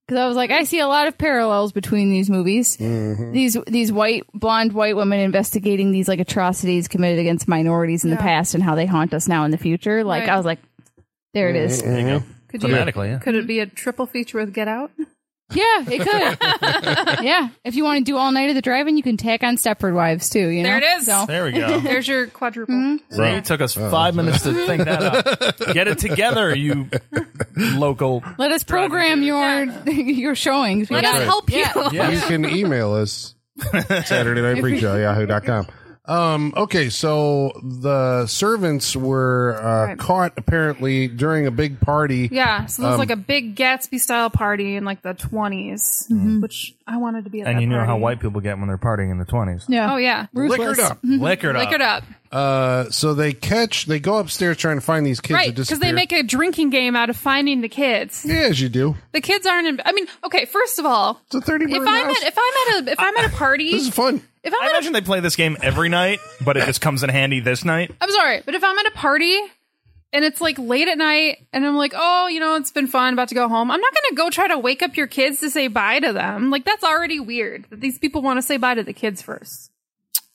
because I was like, I see a lot of parallels between these movies. Mm-hmm. These these white blonde white women investigating these like atrocities committed against minorities in the past and how they haunt us now in the future. Like Right. I was like, there it Mm-hmm. is. There you go. Could Thematically, yeah. Could it be a triple feature with Get Out? Yeah, it could. (laughs) yeah, if you want to do all night of the drive-in, you can tack on Stepford Wives too. You know, There it is. So, There we go. (laughs) There's your quadruple. It took us five minutes to think that up. Get it together, you local. let us program your (laughs) your showings. We Let got us it. help you. (laughs) You can email (laughs) us Saturday Night Freak Show, yahoo.com. Um, okay, so the servants were uh, Right. caught apparently during a big party. Yeah, so Um, there's like a big Gatsby style party in like the 20s, Mm-hmm. which I wanted to be at. And that you know how party. white people get when they're partying in the 20s. Yeah. Oh yeah, Liquored up. Liquored up. liquored up, Uh, so they catch, they go upstairs trying to find these kids. right? that Because they disappeared. make a drinking game out of finding the kids. Yeah, as you do. The kids aren't. In, I mean, okay. First of all, It's a thirty if minute I'm at if I'm at a if I'm (laughs) at a party, This is if fun. I'm I at a imagine they play this game every night, but it just comes in handy this night. I'm sorry, but if I'm at a party and it's like late at night and I'm like, oh, you know, it's been fun, about to go home, I'm not going to go try to wake up your kids to say bye to them. Like, that's already weird that these people want to say bye to the kids first.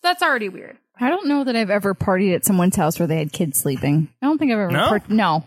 That's already weird. I don't know that I've ever partied at someone's house where they had kids sleeping. I don't think I've ever. No? part- no,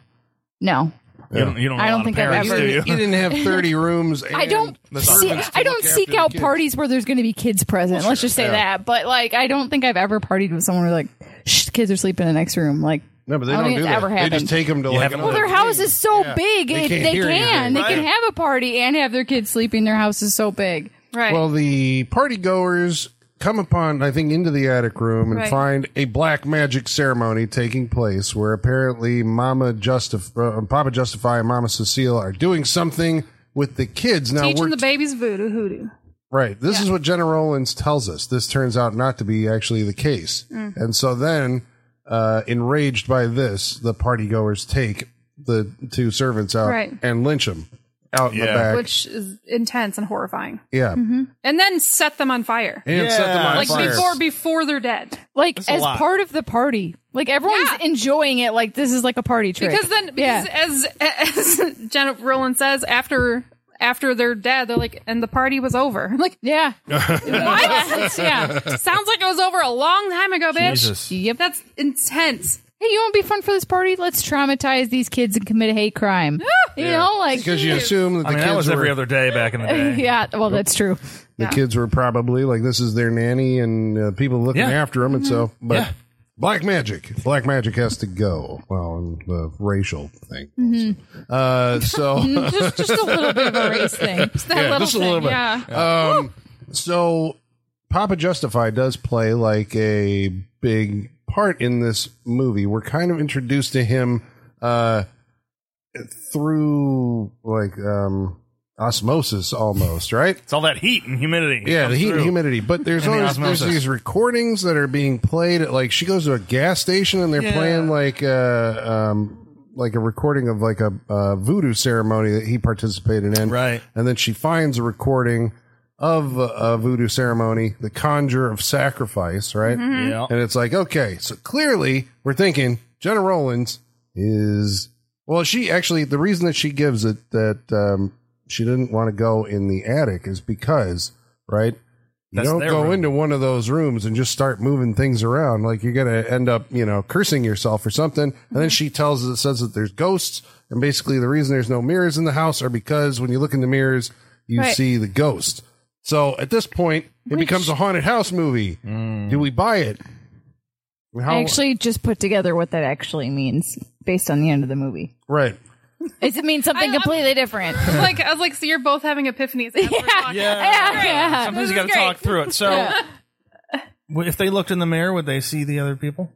no. You don't, you don't know I a don't lot think of I've parents, ever- do you? You didn't have thirty rooms. And (laughs) I don't. the See, servants to I don't look seek after out the kids. parties where there's going to be kids present. Let's just say yeah. that. But like, I don't think I've ever partied with someone where like, Shh, the kids are sleeping in the next room. Like, No, but they I don't, don't do think that. it's ever They just happened. take them to like. haven't another their Their house thing. is so Yeah. big. They They, can't they hear can. anything. They can Right. have a party and have their kids sleeping. Their house is so big. Right. Well, the party goers come upon, I think, into the attic room and Right. find a black magic ceremony taking place where apparently Mama Justif- uh, Papa Justify and Mama Cecile are doing something with the kids. Now Teaching we're the babies voodoo hoodoo. right. This is what Jenna Rollins tells us. This turns out not to be actually the case, Mm. and so then, uh, enraged by this, the party goers take the two servants out Right. and lynch them out in the Yeah. back. Which is intense and horrifying. Mm-hmm. yeah, And then set them on fire. and set them on Yeah. like fire. before before they're dead. Like a as lot. part of the party. Like everyone's Yeah. enjoying it. Like this is like a party trick. Because then because as as (laughs) Jenna Roland says, after after they're dead, they're like, and the party was over. (laughs) I'm like, (laughs) yeah, what? yeah. Sounds like it was over a long time ago, bitch. Jesus. Yep. That's intense. hey, you want to be fun for this party? Let's traumatize these kids and commit a hate crime. you know, like Because you assume that the I mean, kids that was were, every other day back in the day. (laughs) yeah. Well, that's true. the kids were probably like this is their nanny and uh, people looking Yeah. after them Mm-hmm. and so but Yeah. black magic black magic has to go well and the racial thing also. Mm-hmm. uh (laughs) so just just a little bit of a race (laughs) thing. That Yeah, little just a thing, little bit. Yeah. um so papa justify does play like a big part in this movie we're kind of introduced to him uh through like um osmosis almost right It's all that heat and humidity. Yeah, Comes the heat and through. humidity. (laughs) But there's And the always there's osmosis. these recordings that are being played. At, like she goes to a gas station and they're Yeah. playing like uh, um like a recording of like a uh, voodoo ceremony that he participated in. Right. And then she finds a recording of a, a voodoo ceremony, the conjure of sacrifice. Right. Yeah. And it's like okay, so clearly we're thinking Jenna Rollins is well. She actually the reason that she gives it that um, she didn't want to go in the attic is because right you That's don't their go room. into one of those rooms and just start moving things around. Like you're gonna end up, you know, cursing yourself or something. And Mm-hmm. then she tells us says that there's ghosts, and basically the reason there's no mirrors in the house are because when you look in the mirrors, you Right. see the ghost. So at this point, it becomes a haunted house movie. Do we buy it? How, I actually just put together what that actually means based on the end of the movie. right. Does it mean something I- I- completely different? I was like I was like, so you're both having epiphanies. as we're talking. yeah, (laughs) yeah. Sometimes you This got is to talk great. through it. So, (laughs) w- if they looked in the mirror, would they see the other people?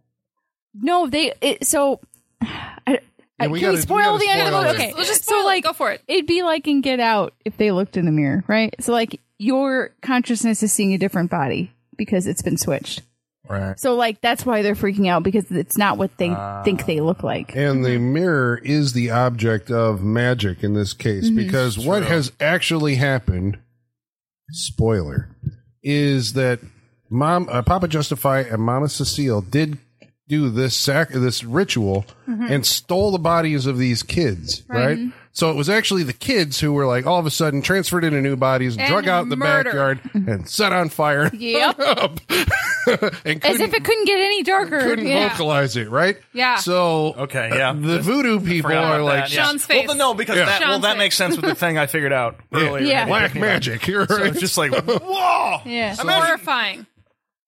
No, they. It, so, I, I- Yeah, we uh, can gotta- we we spoil gotta the end spoil of the it. movie? Okay, Let's just spoil so it. like, Go for it. It'd be like in Get Out if they looked in the mirror, right? So like, your consciousness is seeing a different body because it's been switched. Right. So like, that's why they're freaking out because it's not what they Ah. think they look like. And the mirror is the object of magic in this case Mm-hmm. because what has actually happened, spoiler, is that Mom uh, Papa Justify and Mama Cecile did do this sac this ritual Mm-hmm. and stole the bodies of these kids, right? So it was actually the kids who were like all of a sudden transferred into new bodies, And drug out the murder. (laughs) backyard, and set on fire Yep. (laughs) and As couldn't, if it couldn't get any darker. couldn't yeah. vocalize it, right? Yeah. So Okay, uh, yeah. the voodoo people are about like that, yeah. Sean's face. Well, no, because that well Sean's that face. makes sense (laughs) with the thing I figured out earlier. Yeah. black magic. (laughs) You're So right. it's just like (laughs) whoa. Yeah. horrifying.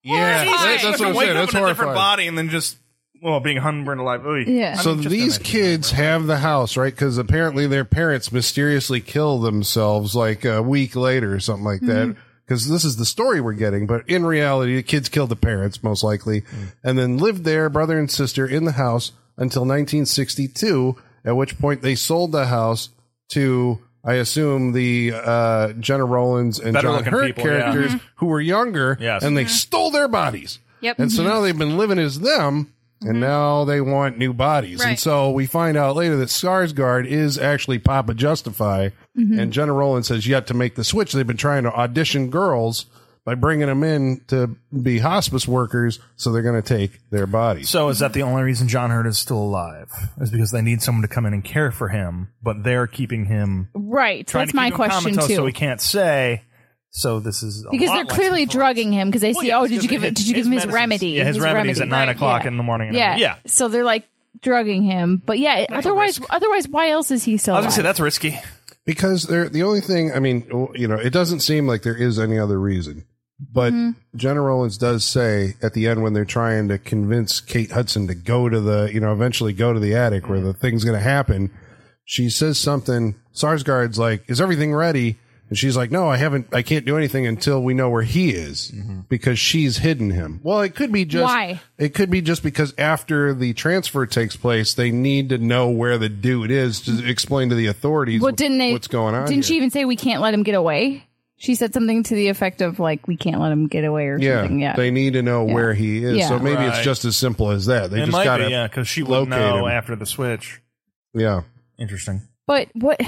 yeah, Jesus. that- that's what I'm Wake saying. up That's in a horrifying. different body and then just well being burned alive. Oy. Yeah. I'm So just these imagining. kids have the house, right? Because apparently their parents mysteriously kill themselves like a week later or something like that. Because this is the story we're getting, but in reality, the kids killed the parents most likely, Mm. and then lived there, brother and sister, in the house until 1962. At which point they sold the house to, I assume, the uh, Jenna Rollins and Better John looking Hurt people, yeah. characters who were younger, Yes. and they stole their bodies. Yep. And so now they've been living as them, and now they want new bodies. And Right. so we find out later that Skarsgård is actually Papa Justify, and Jenna Rollins has yet to make the switch. They've been trying to audition girls by bringing them in to be hospice workers, so they're going to take their bodies. So is that the only reason John Hurt is still alive? Is because they need someone to come in and care for him, but they're keeping him. Right. trying That's to my keep him question comatose too. So he can't say. So this is a because lot they're less clearly influence. drugging him because they see, yeah, oh, it's did you just give his- it? Did you give his him his medicines. remedy? Yeah, his remedies at nine Right, o'clock yeah. in the morning. and Yeah. everything. yeah. So they're like drugging him, but yeah. otherwise, otherwise, why else is he so? I was gonna say that's risky. Because they're the only thing, I mean, w- you know, it doesn't seem like there is any other reason. But Jenna Rollins does say at the end when they're trying to convince Kate Hudson to go to the, you know, eventually go to the attic where the thing's going to happen, she says something. Sarsgaard's like, Is everything ready? And she's like, No, I haven't, I can't do anything until we know where he is because she's hidden him. Well, it could be just, Why? it could be just because after the transfer takes place, they need to know where the dude is to explain to the authorities Well, didn't they? what's going on. Didn't she here. even say we can't let him get away? She said something to the effect of like we can't let him get away or Yeah, something. Yeah. they need to know where he is. Yeah. So maybe it's Right. just as simple as that. They it just might gotta, be, yeah, because she would locate know him. after the switch. yeah. Interesting. but what?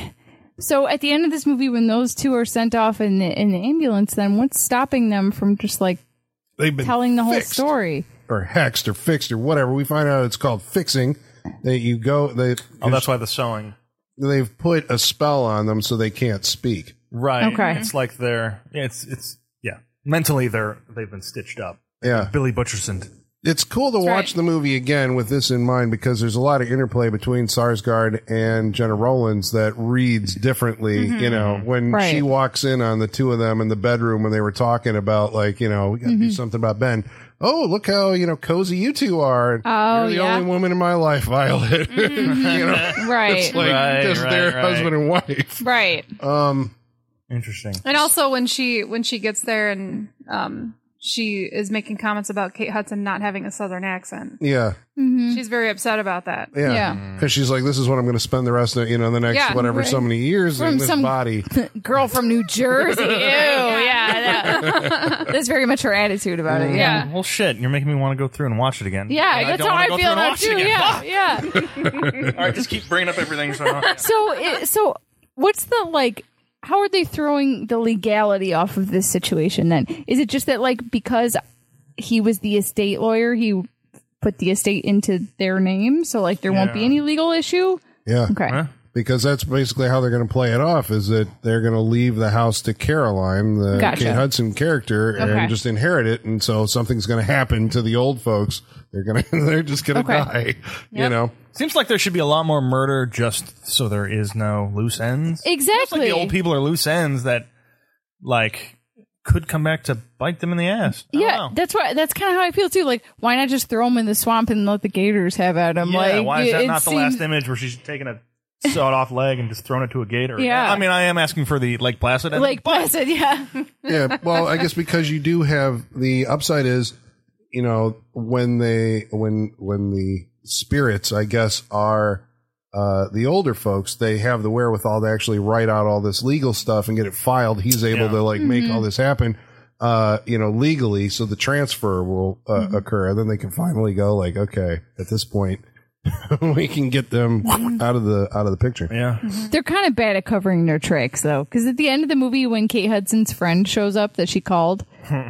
So at the end of this movie, when those two are sent off in the in the ambulance, then what's stopping them from just like They've been telling the whole fixed, story? or hexed, or fixed, or whatever. We find out it's called fixing. That you go, they Oh, that's why the sewing. they've put a spell on them so they can't speak. Right. Okay. It's like they're. Yeah, it's it's yeah. Mentally, they're they've been stitched up. Yeah, Billy Butcherson. it's cool to watch right. the movie again with this in mind because there's a lot of interplay between Sarsgaard and Jenna Rollins that reads differently. You know, when Mm-hmm. Right. she walks in on the two of them in the bedroom when they were talking about like, you know, we gotta Mm-hmm. do something about Ben. Oh, look how you know cozy you two are. Oh, You're the yeah. Mm-hmm. only woman in my life, Violet. (laughs) you know, Right. it's like (laughs) Right, just right, their right. husband and wife. (laughs) right. Um, Interesting. And also when she when she gets there and um she is making comments about Kate Hudson not having a southern accent. yeah, She's very upset about that. yeah, Yeah. because she's like, this is what I'm going to spend the rest of you know the next Yeah, whatever right. so many years From in this some- (laughs) body. girl from New (laughs) Jersey. Ew, Oh, (laughs) yeah. that- that's very much her attitude about it. Yeah. Oh, Well, shit. You're making me want to go through and watch it again. Yeah, And that's don't how wanna I go feel through and about watch too. it again. Yeah, yeah. (laughs) All right, just keep bringing up everything. So So, it, so what's the like? How are they throwing the legality off of this situation? Then is it just that like because he was the estate lawyer, he put the estate into their name, so like there won't be any legal issue? Yeah. Okay. because that's basically how they're going to play it off is that they're going to leave the house to Caroline, the Gotcha. Kate Hudson character, Okay. and just inherit it. And so something's going to happen to the old folks. They're going to, (laughs) they're just going to Okay. die, (laughs) you know? (laughs) Seems like there should be a lot more murder just so there is no loose ends. It's Exactly. like the old people are loose ends that, like, could come back to bite them in the ass. I don't yeah, know. that's why. That's kind of how I feel too. Like, why not just throw him in the swamp and let the gators have at him? Yeah, like, why is it- that it not the seems- last image where she's taking a sawed off leg and just thrown it to a gator? Yeah. I mean, I am asking for the Lake Placid. ending, Like but Placid, yeah. yeah. Well, I guess because you do have the upside is, you know, when they, when, when the spirits, I guess, are, uh, the older folks, they have the wherewithal to actually write out all this legal stuff and get it filed. He's able Yeah. to like make all this happen, uh, you know, legally. So the transfer will uh, occur and then they can finally go like, okay, at this point, (laughs) we can get them out of the, out of the picture. Yeah. They're kind of bad at covering their tracks, though, because at the end of (laughs) the movie, when Kate Hudson's friend shows up that she called,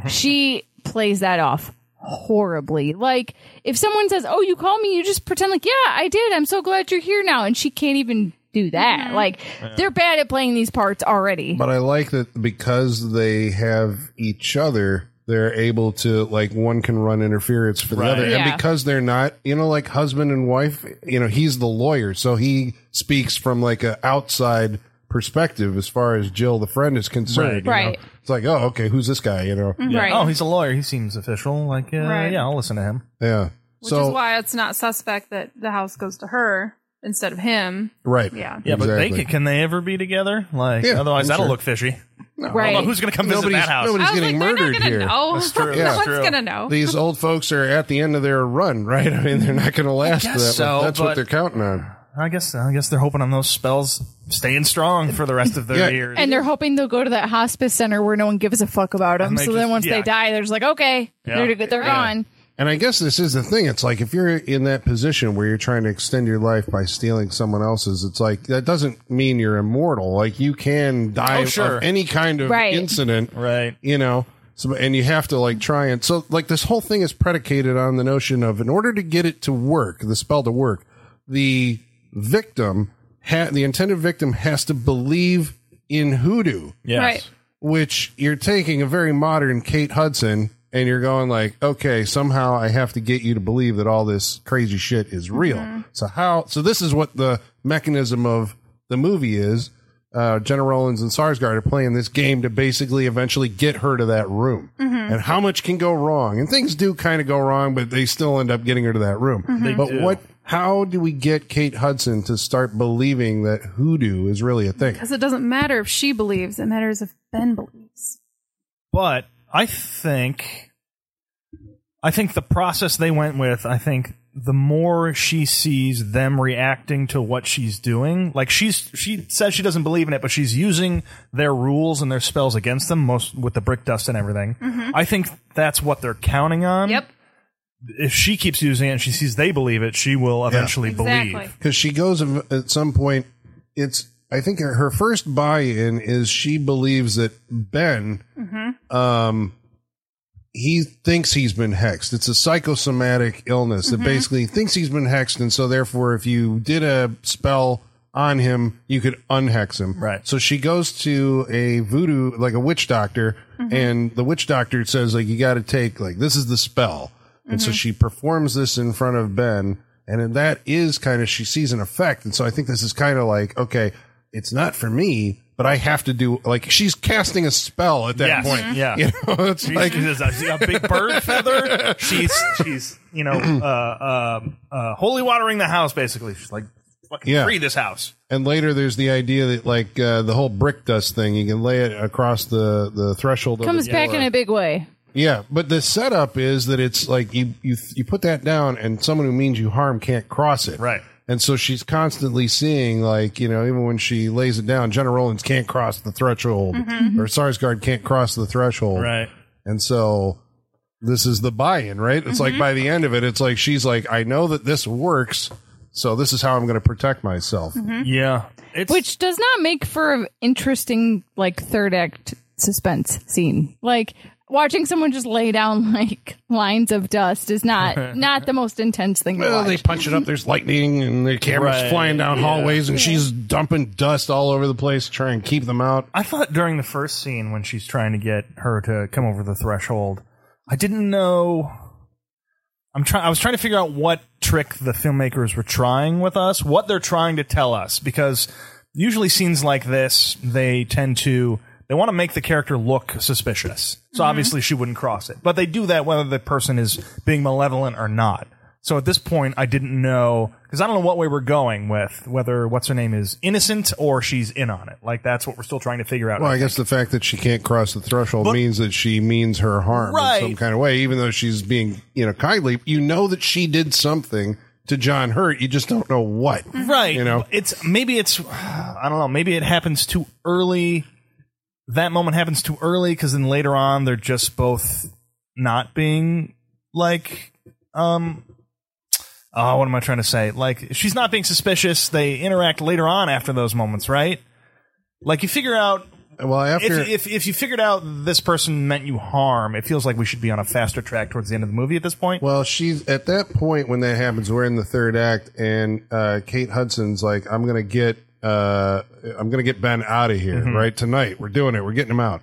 she plays that off horribly. Like if someone says, "Oh, you called me," you just pretend like, "Yeah, I did. I'm so glad you're here now." And she can't even do that. Like they're bad at playing these parts already. But I like that because they have each other, they're able to like one can run interference for the Right. other, and Yeah. because they're not, you know, like husband and wife, you know, he's the lawyer, so he speaks from like a outside perspective as far as Jill the friend is concerned. you know? Right. It's like, oh, okay, who's this guy? You know, Mm-hmm. Right. Oh, he's a lawyer. He seems official. Like, uh, Right. yeah, I'll listen to him. yeah. Which so is why it's not suspect that the house goes to her instead of him. right, Yeah. Yeah, but they Exactly. can, can they ever be together? Like, Yeah, otherwise I'm that'll sure. look fishy. right. Well, uh, who's going to come visit Nobody's- that house? nobody's- He's I was getting like, they're murdered not gonna here. know. That's true. (laughs) no That's one's true. gonna know. These old folks are at the end of their run, right? (laughs) I mean, they're not going to last guess that. long. so, That's what but- they're counting on. I guess I guess they're hoping on those spells staying strong for the rest of their Yeah. years. and they're hoping they'll go to that hospice center where no one gives a fuck about them. And they So then just- once yeah. they die, they're just like, okay, Yeah. they're, they're gone. And I guess this is the thing. It's like if you're in that position where you're trying to extend your life by stealing someone else's, it's like that doesn't mean you're immortal. Like you can die Oh, sure. of any kind of Right. incident, Right. You know, so, and you have to like try and so like this whole thing is predicated on the notion of in order to get it to work, the spell to work, the victim, ha- the intended victim, has to believe in hoodoo Yes. Right. which you're taking a very modern Kate Hudson and you're going like, okay, somehow I have to get you to believe that all this crazy shit is real. So how? So this is what the mechanism of the movie is. Uh, Jenna Rollins and Sarsgaard are playing this game to basically eventually get her to that room. And how much can go wrong? And things do kind of go wrong, but they still end up getting her to that room. But what? How do we get Kate Hudson to start believing that hoodoo is really a thing? Because it doesn't matter if she believes, it matters if Ben believes. But I think I think the process they went with, I think the more she sees them reacting to what she's doing, like she's she says she doesn't believe in it, but she's using their rules and their spells against them, most with the brick dust and everything. I think that's what they're counting on. Mm-hmm. Yep. If she keeps using it and she sees they believe it, she will eventually Exactly. believe. because she goes av- at some point. It's I think her- her first buy-in is she believes that Ben, um, he thinks he's been hexed. It's a psychosomatic illness Mm-hmm. that basically thinks he's been hexed, and so therefore, if you did a spell on him, you could unhex him. Right. So she goes to a voodoo, like a witch doctor, Mm-hmm. and the witch doctor says, like, you got to take, like, this is the spell. And Mm-hmm. so she performs this in front of Ben, and then that is kind of, she sees an effect. And so I think this is kind of like, okay, it's not for me, but I have to do, like, she's casting a spell at that Yes. point. (laughs) Mhm. Yeah. Mm-hmm. You know, it's She's, like, she's a, a big bird feather. She's she's (clears throat) you know uh, uh, uh, holy watering the house basically. She's like fucking Yeah. free this house. and later there's the idea that, like, uh, the whole brick dust thing, you can lay it across the, the threshold of Comes the back door. in a big way. Yeah, but the setup is that it's like you you you put that down, and someone who means you harm can't cross it. Right. And so she's constantly seeing, like you know, even when she lays it down, Jenna Rollins can't cross the threshold, Mm-hmm. or Sarsgaard can't cross the threshold. And so this is the buy-in, right? It's Mm-hmm. like by the end of it, it's like she's like, I know that this works, so this is how I'm going to protect myself. Yeah. It's which does not make for an interesting like third act suspense scene like watching someone just lay down (laughs) like lines of dust is not not the most intense thing to Well, watch. they punch it up. There's lightning and the cameras Right, flying down hallways, and she's dumping dust all over the place, to try and keep them out. I thought during the first scene when she's trying to get her to come over the threshold, I didn't know. I'm trying. I was trying to figure out what trick the filmmakers were trying with us, what they're trying to tell us, because usually scenes like this, they tend to they want to make the character look suspicious. So obviously she wouldn't cross it, but they do that whether the person is being malevolent or not. So at this point, I didn't know because I don't know what way we're going with whether what's her name is innocent or she's in on it. Like that's what we're still trying to figure out. Well, I guess the fact that she can't cross the threshold means that she means her harm Right. in some kind of way, even though she's being, you know, kindly. You know that she did something to John Hurt. You just don't know what. right You know? it's maybe it's (sighs) i don't know maybe it happens too early that moment happens too early because then later on they're just both not being like um oh what am i trying to say like she's not being suspicious they interact later on after those moments right like you figure out Well, after If, if if you figured out this person meant you harm, it feels like we should be on a faster track towards the end of the movie at this point. well, she's at that point when that happens. We're in the third act, and uh, Kate Hudson's like, "I'm gonna get, uh, I'm gonna get Ben out of here right tonight. We're doing it. We're getting him out."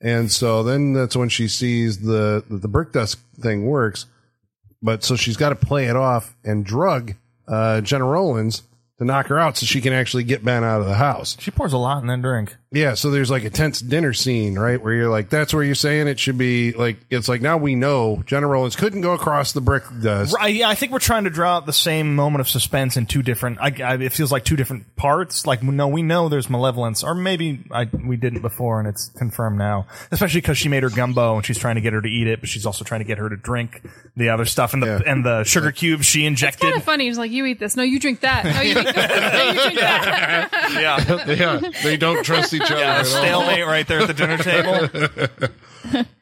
And so then that's when she sees the the brick dust thing works, but so she's got to play it off and drug uh, Jenna Rollins to knock her out so she can actually get Ben out of the house. she pours a lot in that drink. Yeah, so there's like a tense dinner scene, right? Where you're like, that's where you're saying it should be. Like, it's like now we know Jenna Rollins couldn't go across the brick dust. I, yeah, I think we're trying to draw out the same moment of suspense in two different. I, I, it feels like two different parts. Like no, we know there's malevolence, or maybe I, we didn't before, and it's confirmed now. Especially because she made her gumbo, and she's trying to get her to eat it, but she's also trying to get her to drink the other stuff and the Yeah. and the sugar cubes she injected. Kind of funny. He's like, you eat this. No, you drink that. No, you eat (laughs) this. No, you drink that. yeah, they don't trust (laughs) each other. A (laughs) stalemate right there at the dinner table.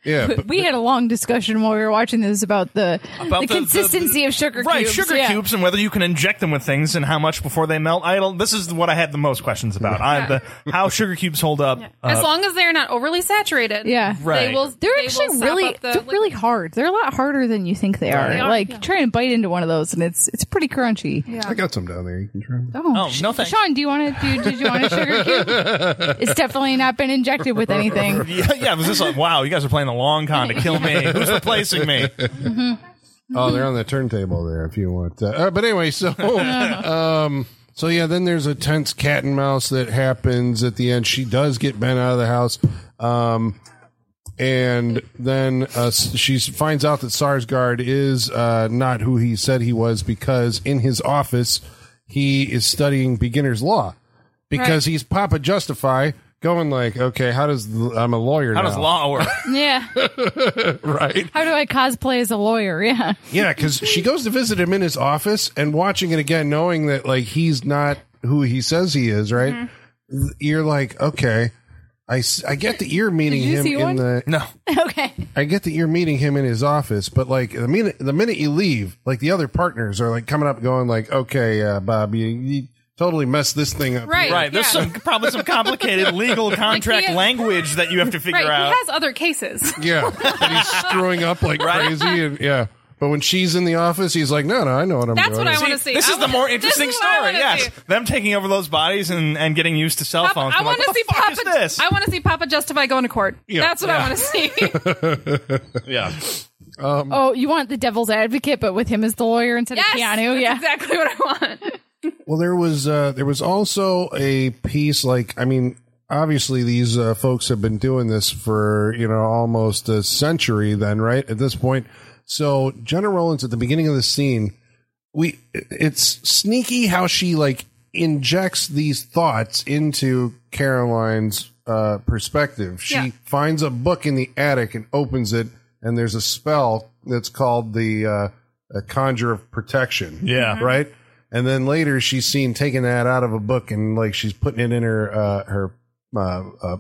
Yeah, but We had a long discussion while we were watching this about the About the- the- the, consistency of sugar right, cubes. sugar yeah. cubes, and whether you can inject them with things and how much before they melt. I don't, this is what I had the most questions about. I the how sugar cubes hold up. As uh, long as they are not overly saturated. Yeah. Right. They will, They're they will actually sap really, up the they're really liquid. hard. They're a lot harder than you think they are. are, like yeah. try and bite into one of those, and it's it's pretty crunchy. I got some down there. You can try. them. Oh, Oh, no thanks. Sean, do you want to do? Did you want a sugar cube? it's definitely not been injected with (laughs) anything. yeah, yeah, it was just like, wow, you guys are playing the long con to kill me. Who's replacing me? Oh, they're on the turntable there if you want. Uh, uh, but anyway, (laughs) so um, so yeah, then there's a tense cat and mouse that happens at the end. She does get Ben out of the house. Um, and then uh, she finds out that Sarsgaard is uh, not who he said he was because in his office he is studying beginner's law because he's Papa Justify going like, okay, how does I'm a lawyer? How does now. law work? Yeah. right? How do I cosplay as a (laughs) lawyer? Yeah. Yeah, because she goes to visit him in his office and watching it again, knowing that like he's not who he says he is, right? Mm-hmm. Th- You're like, okay, I, s- I get that you're meeting you him see in one? the (laughs) No. Okay. I get that you're meeting him in his office, but like the minute the minute you leave, like the other partners are like coming up, going like, okay, uh, Bob, you, you totally messed this thing up, Right. Right. There's yeah. some probably some (laughs) complicated legal contract has- language that you have to figure Right. out. He has other cases. Yeah, but he's screwing up like crazy, and yeah. But when she's in the office, he's like, no, no, I know what I'm That's doing. what I It's- wanna See, see. This I is the wanna- more this interesting is what I story. wanna Yes, see. them taking over those bodies and, and getting used to cell phones. I I'm like, want to what see the fuck Papa. is this? I want to see Papa Justify going to court. That's what I Yeah. want (laughs) to see. yeah. Oh, you want the devil's advocate, but with him as the lawyer instead yes, of that's Keanu? Yeah. exactly what I want. Well, there was uh, there was also a piece like I mean, obviously these uh, folks have been doing this for you know almost a century. Then right at this point, so Jenna Rollins at the beginning of the scene, we it's sneaky how she like injects these thoughts into Caroline's uh, perspective. She Yeah. finds a book in the attic and opens it, and there's a spell that's called the uh, a conjure of protection. Yeah. right. And then later she's seen taking that out of a book and like she's putting it in her uh, her uh, uh,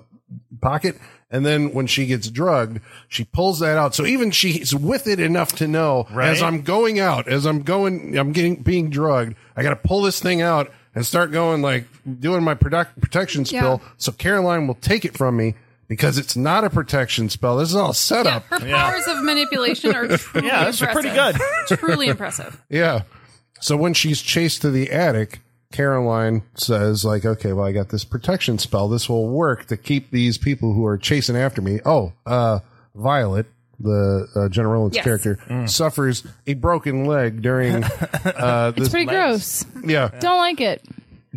pocket. And then when she gets drugged, she pulls that out. So even she's with it enough to know as Right. I'm going out, as I'm going, I'm getting being drugged. I got to pull this thing out and start going like doing my product, protection spell. So Caroline will take it from me because it's not a protection spell. This is all set Yeah, up. her powers of (laughs) manipulation are truly Yeah, that's impressive. pretty (laughs) Truly impressive. Yeah. So when she's chased to the attic, Caroline says, like, okay, well, I got this protection spell. This will work to keep these people who are chasing after me. Oh, uh, Violet, the uh, General Rollins Yes. character, suffers a broken leg during, uh, It's this, pretty gross. yeah. Don't like it.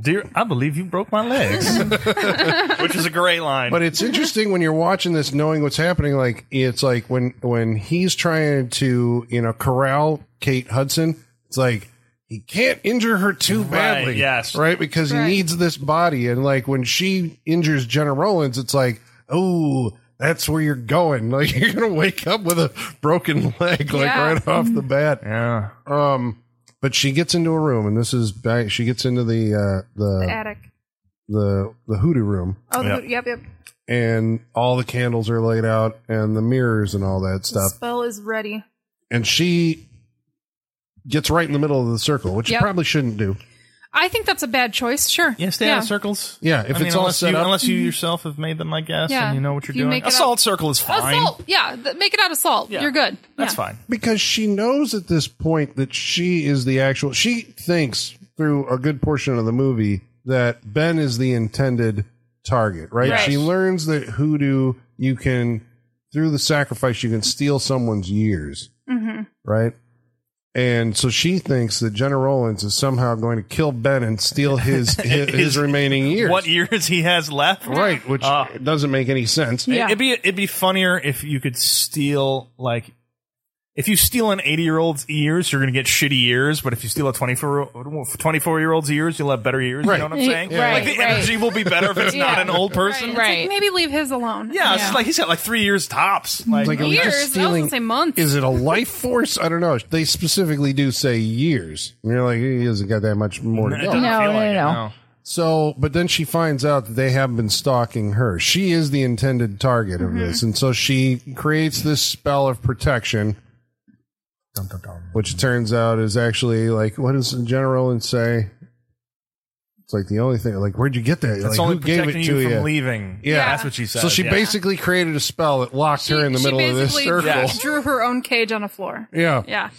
Dear, I believe you broke (laughs) my legs, which is a great line. But (laughs) it's interesting when you're watching this, knowing what's happening. Like it's like when when he's trying to you know corral Kate Hudson. It's like he can't injure her too badly. yes. right because Right. he needs this body. And like when she injures Jenna Rollins, it's like oh. That's where you're going. (laughs) Like you're gonna wake up with a broken leg, like Yeah. right off the bat. (laughs) Um, yeah. But she gets into a room, and this is back, she gets into the uh, the Attic. the the hoodoo room, Oh, the Yeah. hood- yep, yep. and all the candles are laid out, and the mirrors and all that The stuff. spell is ready. and she gets right in the middle of the circle, which Yep. you probably shouldn't do. I think that's a bad choice. Sure. Yeah, stay yeah. out of circles. Yeah, if I mean, it's all unless set you, up. unless you yourself have made them, I guess, Yeah. and you know what you're If you doing. make A it solid up- circle is fine. Assault. Yeah. th- make it out of salt. You're good. That's Yeah. fine. because she knows at this point that she is the actual she thinks through a good portion of the movie that ben is the intended target right Yes. she learns that hoodoo you can through the sacrifice you can steal someone's years right and so she thinks that Jenna Rollins is somehow going to kill Ben and steal (laughs) his his, his remaining years. What years he has left? Right, which Ah. doesn't make any sense. Yeah. It'd be it'd be funnier if you could steal like if you steal an 80 year old's ears, you're going to get shitty ears. But if you steal a 24 24 year old's ears, you'll have better ears. Right. You know what I'm saying? Right, Like the right. energy will be better if it's not Yeah. an old person. It's Right. Like, maybe leave his alone. Yeah, it's just like he's got like three years tops. Like, Like, are we just Years? I was gonna say months. Is it a life force? I don't know. They specifically do say years. And you're like, he hasn't got that much more (laughs) to it go. doesn't No, feel no, like it, no. So, but then she finds out that they have been stalking her. She is the intended target of this. Mm-hmm. And so she creates this spell of protection, Dum, dum, dum. which turns out is actually like, what does General and say? It's like the only thing, like, where'd you get that? It's like, only who gave protecting it you to from you? leaving. Yeah. that's what she said. so she yeah. basically created a spell that locked her in the She middle of this basically circle. Drew her own cage on a floor. Yeah. Yeah.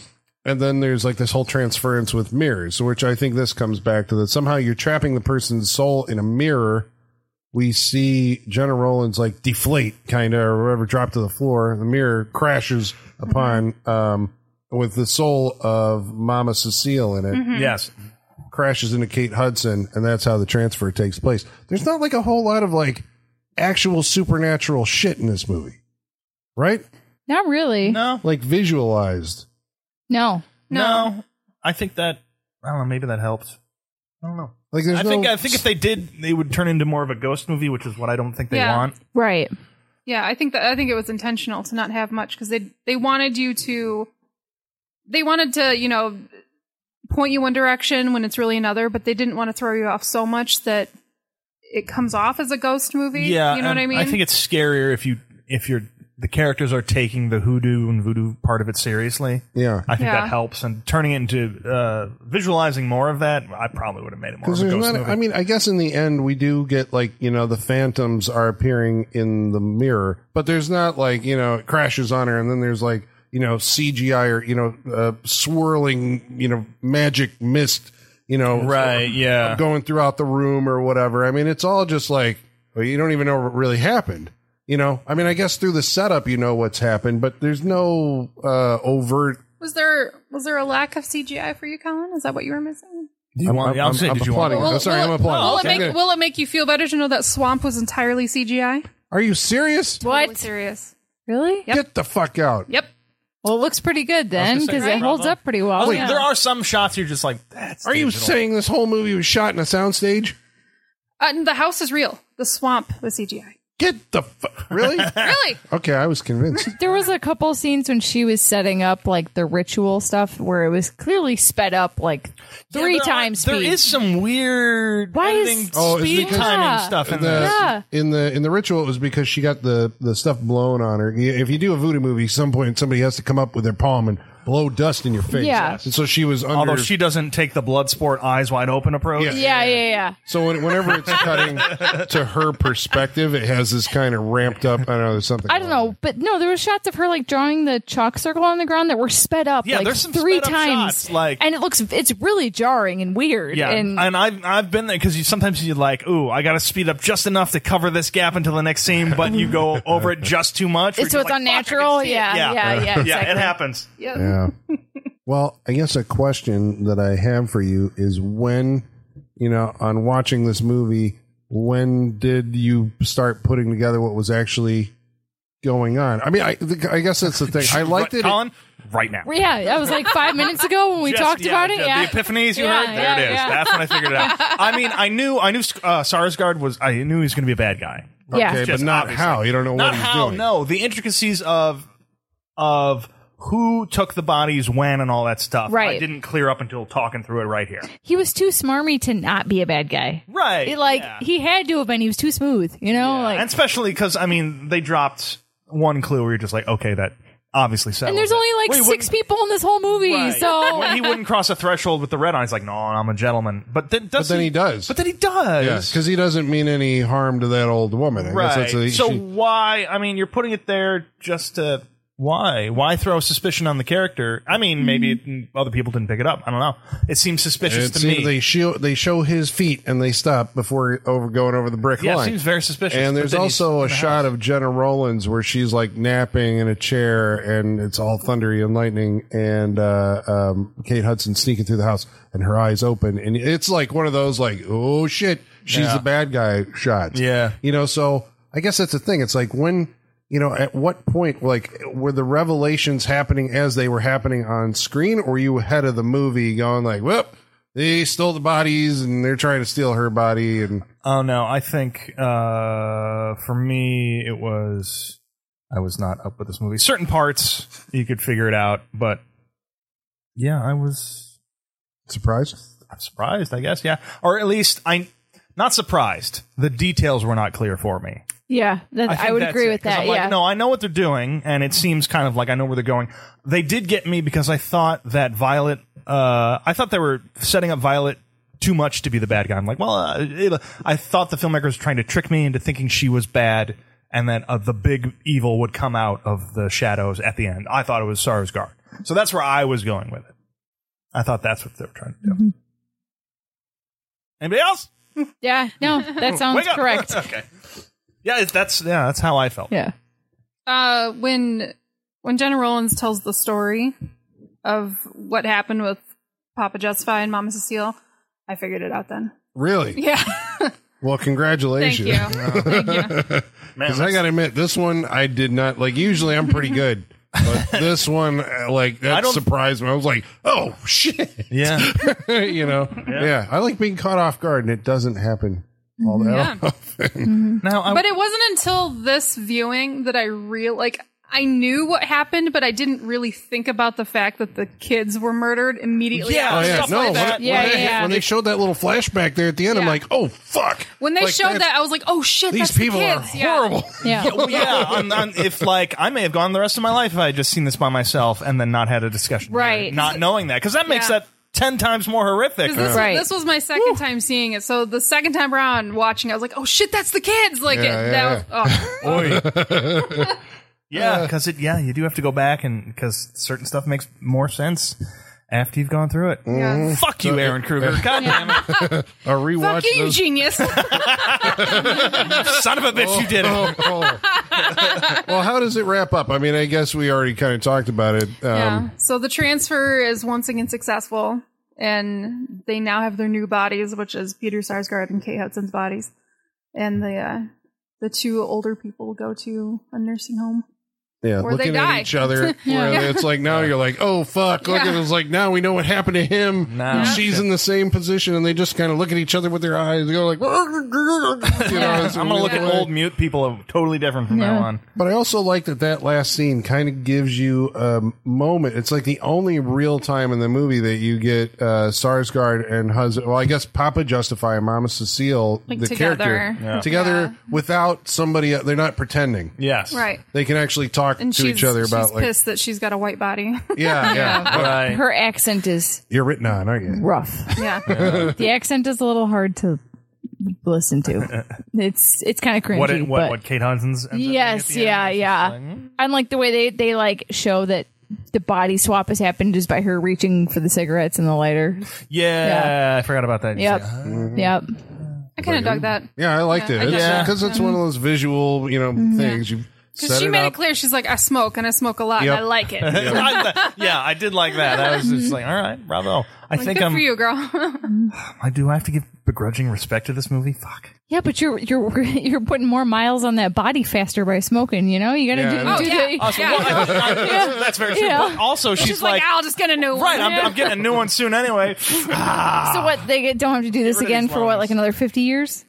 And then there's like this whole transference with mirrors, which I think this comes back to that somehow you're trapping the person's soul in a mirror. We see Jenna Rollins like deflate, kind of, or whatever, drop to the floor. The mirror crashes upon, um, with the soul of Mama Cecile in it, Hmm. yes. crashes into Kate Hudson, and that's how the transfer takes place. There's not like a whole lot of like actual supernatural shit in this movie, right? Not really. No, Like visualized. No. no, I think that I don't know. Maybe that helped. I don't know. Like there's I no, think I think if they did, they would turn into more of a ghost movie, which is what I don't think they Yeah. want. Right. Yeah, I think that I think it was intentional to not have much because they they wanted you to they wanted to you know point you one direction when it's really another, but they didn't want to throw you off so much that it comes off as a ghost movie. Yeah, you know what and I mean. I think it's scarier if you if you're the characters are taking the hoodoo and voodoo part of it seriously. yeah. I think Yeah. that helps, and turning it into uh, visualizing more of that, I probably would have made it more of Because a there's ghost not, movie. I mean, I guess in the end we do get like you know the phantoms are appearing in the mirror, but there's not like you know it crashes on her, and then there's like you know CGI or you know uh, swirling you know magic mist, you know right? Yeah, going throughout the room or whatever. I mean, it's all just like well, you don't even know what really happened. You know, I mean, I guess through the setup you know what's happened, but there's no uh, overt. was there was there a lack of CGI for you, Colin? Is that what you were missing? I want, I'm, I'm, saying, I'm did you want? applauding. I'm sorry, I'm applauding. Will, Okay, it good. make, will it make you feel better to know that swamp was entirely CGI? Are you serious? Totally serious. Really? Get the fuck out. Yep. Well, it looks pretty good then gonna say, because right? it holds up pretty well. Wait, There are some shots you're just like, that's. Are you digital. saying this whole movie was shot in a soundstage? Uh, and the house is real. The swamp was CGI. Get the fu- really? (laughs) Really? okay, I was convinced. (laughs) There was a couple scenes when she was setting up like the ritual stuff where it was clearly sped up like Yeah, three there are- times There speed. is some weird Why is- editing Oh, it's speed because- timing Yeah. stuff in The- this. Yeah. In the in the ritual, it was because she got the the stuff blown on her. Y- If you do a voodoo movie, some point somebody has to come up with their palm and blow dust in your face. Yeah. And so she was under. Although she doesn't take the blood sport eyes wide open approach. Yeah. yeah, yeah, yeah. so when, whenever it's (laughs) cutting to her perspective, it has this kind of ramped up. I don't know. There's something. I don't know, but no, there were shots of her like drawing the chalk circle on the ground that were sped up. Yeah, like, there's some three sped up times. shots, like- and it looks it's really jarring and weird. Yeah, and, and, I've I've been there because you sometimes you're like, ooh, I got to speed up just enough to cover this gap until the next scene, but you (laughs) go over it just too much. or so it's you're like, unnatural. (laughs) Yeah, Yeah. yeah, yeah, exactly. Yeah, it happens. Yeah. well, I guess a question that I have for you is when, you know, on watching this movie, when did you start putting together what was actually going on? I mean, I, I guess that's the (laughs) thing. I liked it. Colin, right now. Yeah, that was like five minutes ago when (laughs) we Just- talked yeah, about it. the- Yeah, The epiphanies you Yeah, heard. There yeah, it is. yeah. That's when I figured it out. I mean, I knew I knew uh, Sarsgaard was. I knew he was going to be a bad guy. yeah. Okay, but Just not obviously. how. You don't know Not what he's how. doing. No, the intricacies of of who took the bodies when and all that stuff. I Right. didn't clear up until talking through it right here. he was too smarmy to not be a bad guy. Right. It, like yeah. he had to have been. He was too smooth. You know, Yeah, like and especially because I mean they dropped one clue where you're just like, okay, that obviously settles. And there's it. only like Well, he six wouldn't- people in this whole movie, Right. (laughs) so Well, he wouldn't cross a threshold with the red on. He's like, no, I'm a gentleman. But then, does But then he does. But then he does. because he doesn't mean any harm to that old woman. I guess right. that's a, so she- why? I mean, you're putting it there just to why? Why throw suspicion on the character? I mean, maybe Hmm. other people didn't pick it up. I don't know. It seems suspicious it to seems me. they show they show his feet and they stop before over going over the brick yeah, it line. seems very suspicious. and but there's then he's also in a the shot house. of Jenna Rollins where she's like napping in a chair and it's all thundery and lightning and uh, um, Kate Hudson sneaking through the house and her eyes open and it's like one of those like oh shit she's the bad guy shots Yeah. you know so I guess that's the thing it's like when you know at what point like were the revelations happening as they were happening on screen or were you ahead of the movie going like well they stole the bodies and they're trying to steal her body and Oh no, I think uh, for me it was I was not up with this movie. Certain parts you could figure it out, but yeah, I was surprise I'm surprised. I guess yeah, or at least I not surprised. The details were not clear for me. yeah, that, I, think would that's agree it, with 'cause that. I'm like, yeah, no, I know what they're doing, and it seems kind of like I know where they're going. They did get me because I thought that Violet. Uh, I thought they were setting up Violet too much to be the bad guy. I'm like, well, uh, it, I thought the filmmaker was trying to trick me into thinking she was bad, and that uh, the big evil would come out of the shadows at the end. I thought it was Sarsgaard, so that's where I was going with it. I thought that's what they were trying to do. Anybody else? yeah, (laughs) no, that sounds Wake up. correct. okay. Yeah, it- that's yeah, that's how I felt. yeah, uh, when when Jenna Rollins tells the story of what happened with Papa Justify and Mama Cecile, I figured it out then. really (laughs) Yeah, Well, thank congratulations. you. Thank you. Because I got to admit, this one I did not like. Usually, I'm pretty good, (laughs) but this one, uh, like, I that don't- surprised me. I was like, "Oh shit!" (laughs) Yeah. you know, yeah. I like being caught off guard, and it doesn't happen all that Yeah. often. (laughs) Now, I, But it wasn't until this viewing that I real like I knew what happened, but I didn't really think about the fact that the kids were murdered immediately. Yeah. after. Oh yeah, Stuff no, like when- that. when, Yeah, they, yeah. when they showed that little flashback there at the end, I'm Yeah. like, "Oh fuck!" When they Like, showed that's- that, I was like, "Oh shit, these that's the people are kids. Yeah. (laughs) horrible. yeah. well, (laughs) yeah, I'm, I'm, if like I may have gone the rest of my life if I had just seen this by myself and then not had a discussion, here, Right. not knowing that because that makes Yeah. that ten times more horrific. 'Cause This, Right. this was my second time seeing it, so the second time around watching, it, I was like, "Oh shit, that's the kids!" Like Yeah, it, yeah, that was (laughs) oh, Uh, yeah, because it yeah you do have to go back and because certain stuff makes more sense after you've gone through it. Mm. yeah. Fuck you, Aaron Kruger. God damn it, I rewatched fuck you, you those. Um, genius. son of a bitch, you did (laughs) it. Oh, (laughs) oh. well, how does it wrap up? I mean, I guess we already kind of talked about it. Um, yeah. So the transfer is once again successful, and they now have their new bodies, which is Peter Sarsgaard and Kate Hudson's bodies, and the uh, the two older people go to a nursing home. Yeah, Or looking they die. at each (laughs) other. Where it's like now you're like, oh fuck! Look Yeah. at it's like now we know what happened to him. No. And Yeah. she's in the same position, and they just kind of look at each other with their eyes. They go like, (laughs) you know, it's- I'm gonna look at away. old mute people totally different from now on. But I also like that that last scene kind of gives you a moment. It's like the only real time in the movie that you get uh, Sarsgaard and husband. Well, I guess Papa Justify and Mama Cecile, Like, the together. character, Yeah. together Yeah. without somebody. They're not pretending. Yes, Right. They can actually talk And to she's, each other about she's like, pissed that she's got a white body. (laughs) yeah, yeah. right. Her accent is You're written on, aren't you? rough. yeah. the accent is a little hard to listen to. It's it's kind of cringy. What, it, what but- what Kate Hudson's? ends up being at Yes, the end. yeah, yeah. and like the way they they like show that the body swap has happened just by her reaching for the cigarettes and the lighter. yeah, I forgot about that. Yep. Yeah. Yep. I kind of dug that. Yeah, I liked Yeah, I Mm-hmm. it. It's, guess- Because it's one of those visual, you know, things. You Because set she it made up. it clear she's like, I smoke and I smoke a lot Yep. and (laughs) I like it. I, (laughs) yeah, I did like that. I was just like, all right, bravo. I Like, think good I'm. Oh, for (laughs) you, girl. I do have to give begrudging respect to this movie. Fuck. Yeah, but you're you're (laughs) you're putting more miles on that body faster by smoking. You know, you gotta Yeah. do, do Oh, the- yeah. Yeah. (laughs) That's very true. Yeah. But also, she's, she's like, I'll just get a new one. right. I'm, I'm getting a new (laughs) one soon anyway. (laughs) So what they get, don't have to do this rid of again these for what lungs. like another fifty years?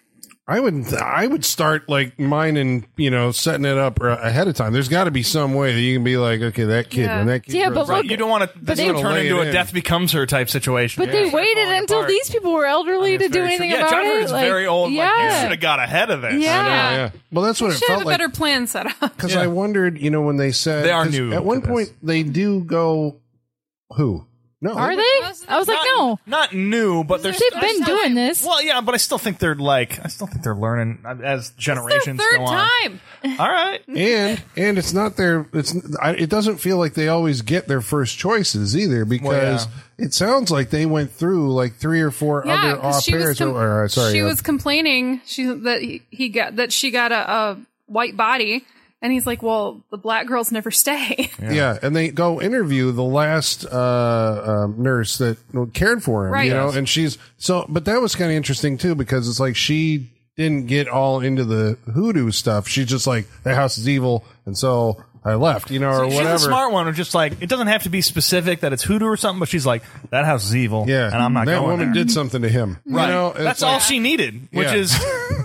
I would I would start like mine and you know setting it up uh, ahead of time. There's got to be some way that you can be like, okay, that kid Yeah. when that kid Yeah, grows but up- look- You don't want to they- turn Lay it into a in. death becomes her type situation. But they waited falling until apart. these people were elderly to do very anything true. Yeah, about John it. Hurt's very old. Yeah, Like, you should have got ahead of this. yeah. yeah. Well, that's what it Should have felt a like better plan set (laughs) up. because I wondered, you know, when they said They are 'cause new At one to this. point, they do go. Who? No, Are they? I was like, Not, no, not new, but they're they've been still- doing this. Well, yeah, but I still think they're like I still think they're learning uh, as generations Third go on. time. All right, and and it's not their it's I, it doesn't feel like they always get their first choices either because it sounds like they went through like three or four Yeah, other au 'cause she was pairs com- or, or, sorry she uh, was complaining she that he, he got that she got a, a white body, and he's like, "Well, the black girls never stay." yeah. and they go interview the last uh, um, nurse that cared for him Right. you know Yes. and she's so but that was kind of interesting too because it's like she didn't get all into the hoodoo stuff she's just like the house is evil and so I left you know or she's whatever a smart one. Or just like it doesn't have to be specific that it's hoodoo or something, but she's like that house is evil. yeah and I'm not that going woman there. did something to him you Right. know, it's That's like- all she needed, which Yeah. is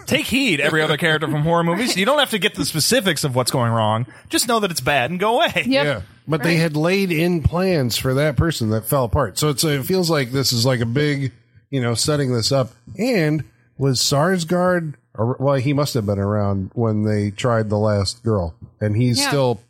take heed every other character from horror movies. You don't have to get the specifics of what's going wrong. Just know that it's bad and go away. Yep. Yeah. But they had laid in plans for that person that fell apart. So it's, it feels like this is like a big, you know, setting this up. And was Sarsgaard, ar- well, he must have been around when they tried the last girl. And he's Yeah. still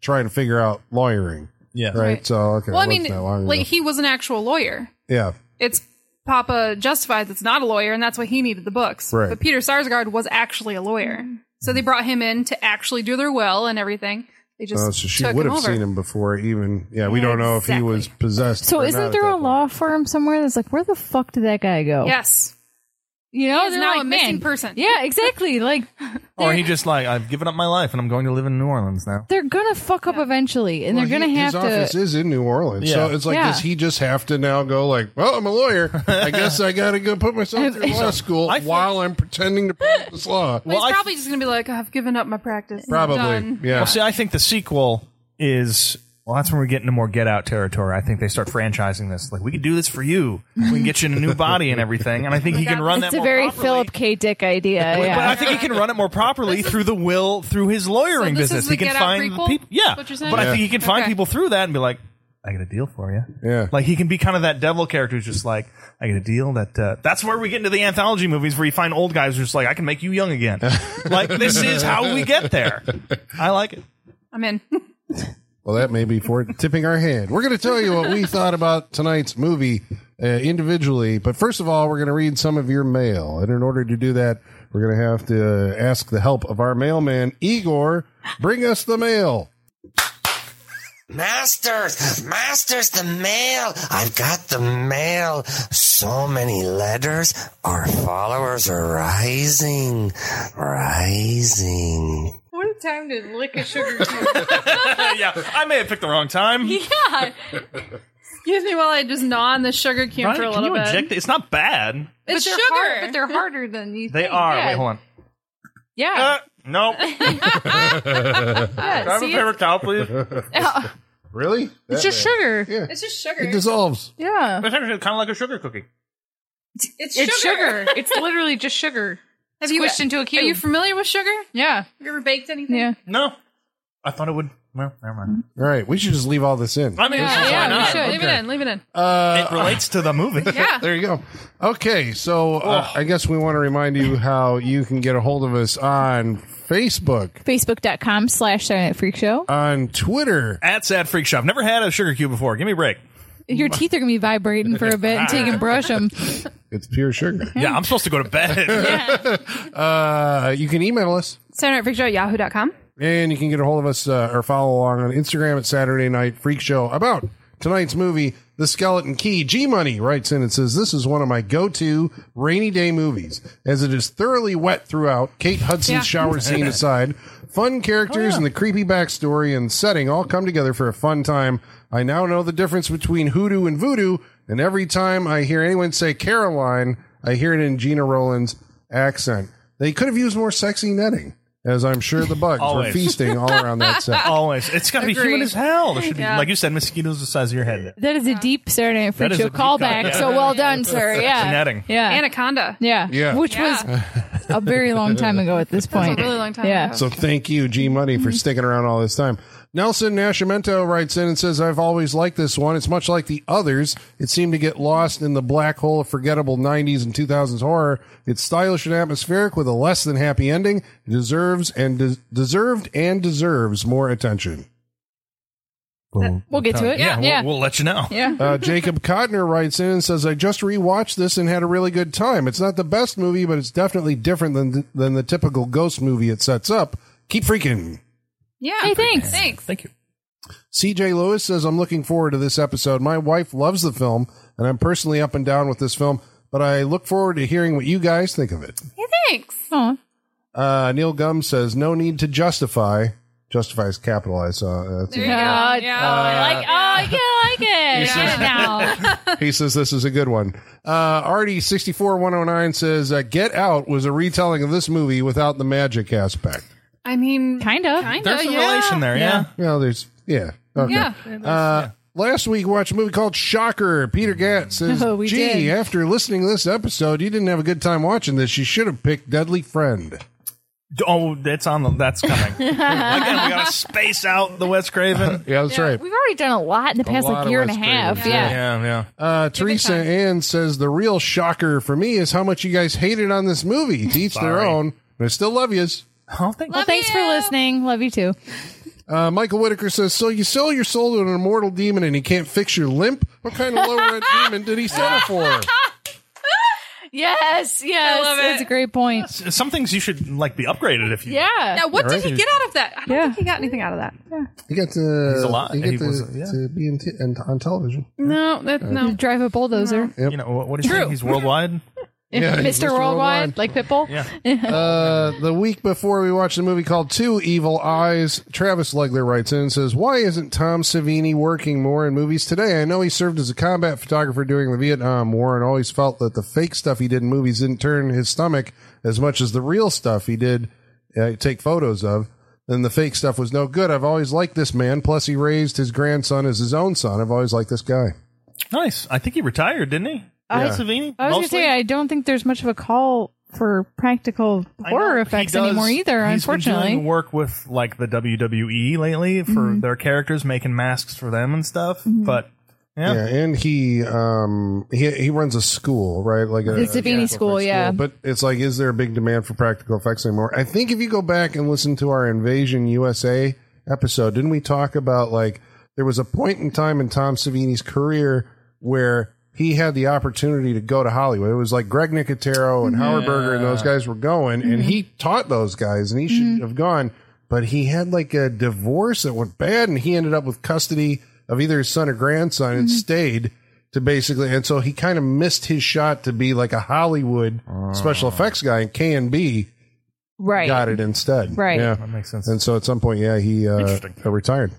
trying to figure out lawyering. Yeah. Right. So, okay. well, I it wasn't mean, that long like ago. he was an actual lawyer. yeah. It's Papa Justified that's not a lawyer, and that's why he needed the books. Right. But Peter Sarsgaard was actually a lawyer, so they brought him in to actually do their will and everything. They just Uh, so she took would him have over. seen him before, even. Yeah, we don't know if he was exactly. possessed. So or not isn't at there that a point. law firm somewhere that's like, where the fuck did that guy go? Yes, you know, is they're now like, a missing man, person. Yeah, (laughs) exactly. Like Or he just like I've given up my life and I'm going to live in New Orleans now. they're gonna fuck up eventually, and Well, they're gonna he- have his office to. is in New Orleans, so Yeah. it's like, Yeah. does he just have to now go like, well, I'm a lawyer. I guess I got to go put myself through law school I think- while I'm pretending to practice (laughs) law. But I- he's probably just gonna be like, "I've given up my practice." Probably, Done. yeah. Well, see, I think the sequel is well. That's when we get into more Get Out territory. I think they start franchising this. Like we could do this for you. We can get you in a new body and everything. And I think he can run that. It's a more very properly. Philip K. Dick idea. yeah. But I think he can run it more properly through the will, through his lawyering So this business. is He the can Get Out find prequel? people. Yeah, That's what you're saying? but I Yeah. think he can find Okay. people through that and be like, "I got a deal for you." Yeah. like he can be kind of that devil character who's just like, "I got a deal." That uh, that's where we get into the anthology movies where you find old guys who's just like, "I can make you young (laughs) again." like this is how we get there. I like it. I'm in. (laughs) Well, that may be for tipping our hand. We're going to tell you what we thought about tonight's movie uh, individually, but first of all, we're going to read some of your mail, and in order to do that, we're going to have to uh, ask the help of our mailman Igor. Bring us the mail. Masters, masters, the mail. I've got the mail. So many letters. Our followers are rising, rising. what a time to lick a (laughs) sugar cube. (laughs) yeah, I may have picked the wrong (laughs) time. yeah. Excuse me while I just gnaw on the sugar cube Ryan, for a can little you bit. inject it? It's not bad. It's they're sugar, hard- but they're harder than you. They think. are. yeah. Wait, hold on. yeah, Uh, (laughs) no. Can I Yeah, have see, a paper towel, please? Really? it's just sugar. Yeah, it's just sugar. It dissolves. It's actually kind of like a sugar cookie. it's It's (laughs) sugar. it's literally just sugar. Have Squished into a Are cube. you familiar with sugar? Have yeah. you ever baked anything? yeah. No. I thought it would. Well, never mind. All right, we should just leave all this in. I mean, Yeah, why yeah, we not? should. Leave it in. Leave it in. It relates to the movie. yeah. There you go. Okay, so uh, I guess we want to remind you how you can get a hold of us on Facebook, Facebook.com slash Saturday Night Freak Show. on Twitter. At Sad Freak Shop. Never had a sugar cube before. Give me a break. Your teeth are gonna be vibrating for a bit until you can brush them. It's pure sugar. Yeah, I'm supposed to go to bed. Uh, you can email us, Saturday Night Freak Show at yahoo.com. and you can get a hold of us uh, or follow along on Instagram at Saturday Night Freak Show about tonight's movie, The Skeleton Key. G Money writes in and says, This is one of my go to rainy day movies, as it is thoroughly wet throughout, Kate Hudson's Yeah. shower scene aside. Fun characters and the creepy backstory and setting all come together for a fun time. I now know the difference between hoodoo and voodoo, and every time I hear anyone say Caroline, I hear it in Gina Rowland's accent. They could have used more sexy netting, as I'm sure the bugs were Always. feasting all around that set. (laughs) Always. It's got to be Agreed. human as hell. There should be, Yeah. like you said, mosquitoes the size of your head. That is a deep Saturday Night Freak is a Show deep cut, callback. yeah. So well done, sir. Yeah, netting. yeah, Anaconda. yeah, Yeah. Which Yeah. was a very long time ago at (laughs) this point. Really long time. Yeah. ago. So thank you, G Money, for sticking around all this time. Nelson Nascimento writes in and says, I've always liked this one. It's much like the others. It seemed to get lost in the black hole of forgettable 90s and 2000s horror. It's stylish and atmospheric with a less than happy ending. It deserves and des- deserved and deserves more attention. We'll get to it. Yeah, Yeah. we'll, Yeah. we'll let you know. yeah. Uh, Jacob Cotner writes in and says, "I just rewatched this and had a really good time. It's not the best movie, but it's definitely different than than the typical ghost movie it sets up. Keep freaking." Yeah. Hey, thanks. Thanks. Thank you. CJ Lewis says, I'm looking forward to this episode. My wife loves the film, and I'm personally up and down with this film, but I look forward to hearing what you guys think of it. Hey, thanks. Aw. Uh, Neil Gum says, No need to justify. Justify is capitalized. Uh, that's- There you go. Uh, yeah. Like, (laughs) oh, yeah, I like it. Yeah. now. uh, he says, This is a good one. Uh, Artie64109 says, uh, Get Out was a retelling of this movie without the magic aspect. I mean, Kind of. Kind There's of, a yeah. relation there, yeah. Well, there's, yeah. Okay. Yeah. Uh, Last week, we watched a movie called Shocker. Peter Gatt says, (laughs) Oh, we Gee, did." after listening to this episode, you didn't have a good time watching this. You should have picked Deadly Friend. Oh, that's on. The, that's coming. Again, we gotta space out the Wes Craven. Yeah, that's right. We've already done a lot in the past lot like of year and a West half. Craven. Yeah. yeah, yeah. Uh, Teresa Ann says, The real shocker for me is how much you guys hated on this movie. To each their Sorry. own. But I still love yous. Oh, thank Well, thanks for you. listening. Love you too. Uh, Michael Whitaker says, So you sell your soul to an immortal demon and he can't fix your limp? What kind of low (laughs) rent demon did he settle for? Yes, yes. love That's it. a great point. Some things you should like be upgraded if you. Yeah. Now, what Yeah, right. did he get out of that? I don't Yeah. think he got anything out of that. He got to, He's alive. He got He to, was- yeah. to be in t- and on television. No, that, Uh, no. Drive a bulldozer. You know what, what do you think? He's worldwide. Yeah, he's Mr. Mr. Worldwide. Worldwide, like Pitbull. Yeah. Uh, the week before we watched a movie called Two Evil Eyes, Travis Legler writes in and says, Why isn't Tom Savini working more in movies today? I know he served as a combat photographer during the Vietnam War and always felt that the fake stuff he did in movies didn't turn his stomach as much as the real stuff he did uh, take photos of. Then the fake stuff was no good. I've always liked this man. Plus, he raised his grandson as his own son. I've always liked this guy. Nice. I think he retired, didn't he? Savini. I mostly? was gonna say I don't think there's much of a call for practical I know horror he effects does- anymore either. he's been unfortunately, Mm-hmm. doing work with like the WWE lately for their characters, making masks for them and stuff. But yeah, Yeah, and he um he he runs a school, right? Like a, the Savini school, yeah. But it's like, is there a big demand for practical effects anymore? I think if you go back and listen to our Invasion USA episode, didn't we talk about like there was a point in time in Tom Savini's career where he had the opportunity to go to Hollywood. It was like Greg Nicotero and Howard Berger and those guys were going, and he taught those guys, and he should have gone. But he had like a divorce that went bad, and he ended up with custody of either his son or grandson and stayed to basically and so he kind of missed his shot to be like a Hollywood special effects guy and K and B right? got it instead. Right. Yeah. makes sense. And so at some point, yeah, he uh, uh, retired.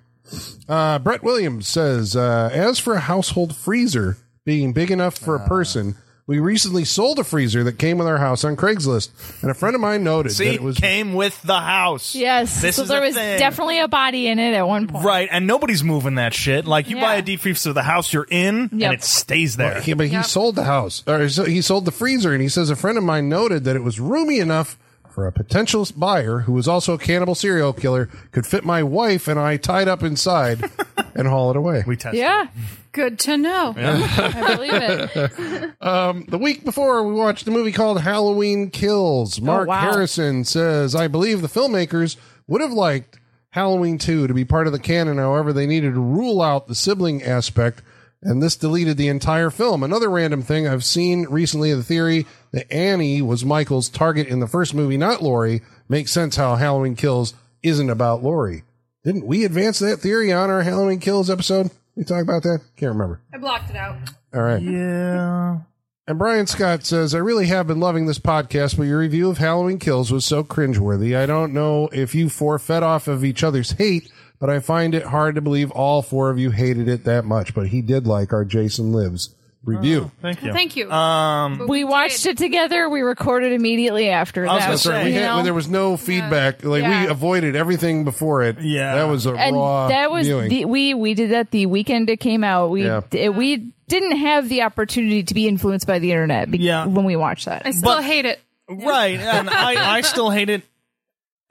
Uh, Brett Williams says, uh, as for a household freezer being big enough for a person, we recently sold a freezer that came with our house on Craigslist, and a friend of mine noted See, that it was came with the house. Yes. This so is there a was thing. definitely a body in it at one point. Right, and nobody's moving that shit. Like you Yeah. buy a deep freezer of the house you're in, Yep. and it stays there. Yeah, but he sold the house, or so he sold the freezer, and he says a friend of mine noted that it was roomy enough for a potential buyer who was also a cannibal serial killer could fit my wife and I tied up inside and haul it away. We tested. Yeah, Good to know. I (laughs) believe it. The week before, we watched a movie called Halloween Kills. Mark wow. Harrison says, I believe the filmmakers would have liked Halloween 2 to be part of the canon. However, they needed to rule out the sibling aspect, and this deleted the entire film. Another random thing I've seen recently the theory that Annie was Michael's target in the first movie, not Laurie, makes sense how Halloween Kills isn't about Laurie. Didn't we advance that theory on our Halloween Kills episode? We talked about that? Can't remember. I blocked it out. All right. Yeah. And Brian Scott says, I really have been loving this podcast, but your review of Halloween Kills was so cringeworthy. I don't know if you four fed off of each other's hate, but I find it hard to believe all four of you hated it that much. But he did like our Jason Lives review. Oh, Thank you. Thank you. Uh, Um, we watched it together. We recorded immediately after. was that gonna was, say, Sorry, we you had, know? there was no feedback. Like we Yeah. avoided everything before it. Yeah. that was a and raw that was viewing. the, we we did that the weekend it came out. We Yeah. d- we didn't have the opportunity to be influenced by the internet be- Yeah. when we watched that. I still hate it. Right. And I, I still hate it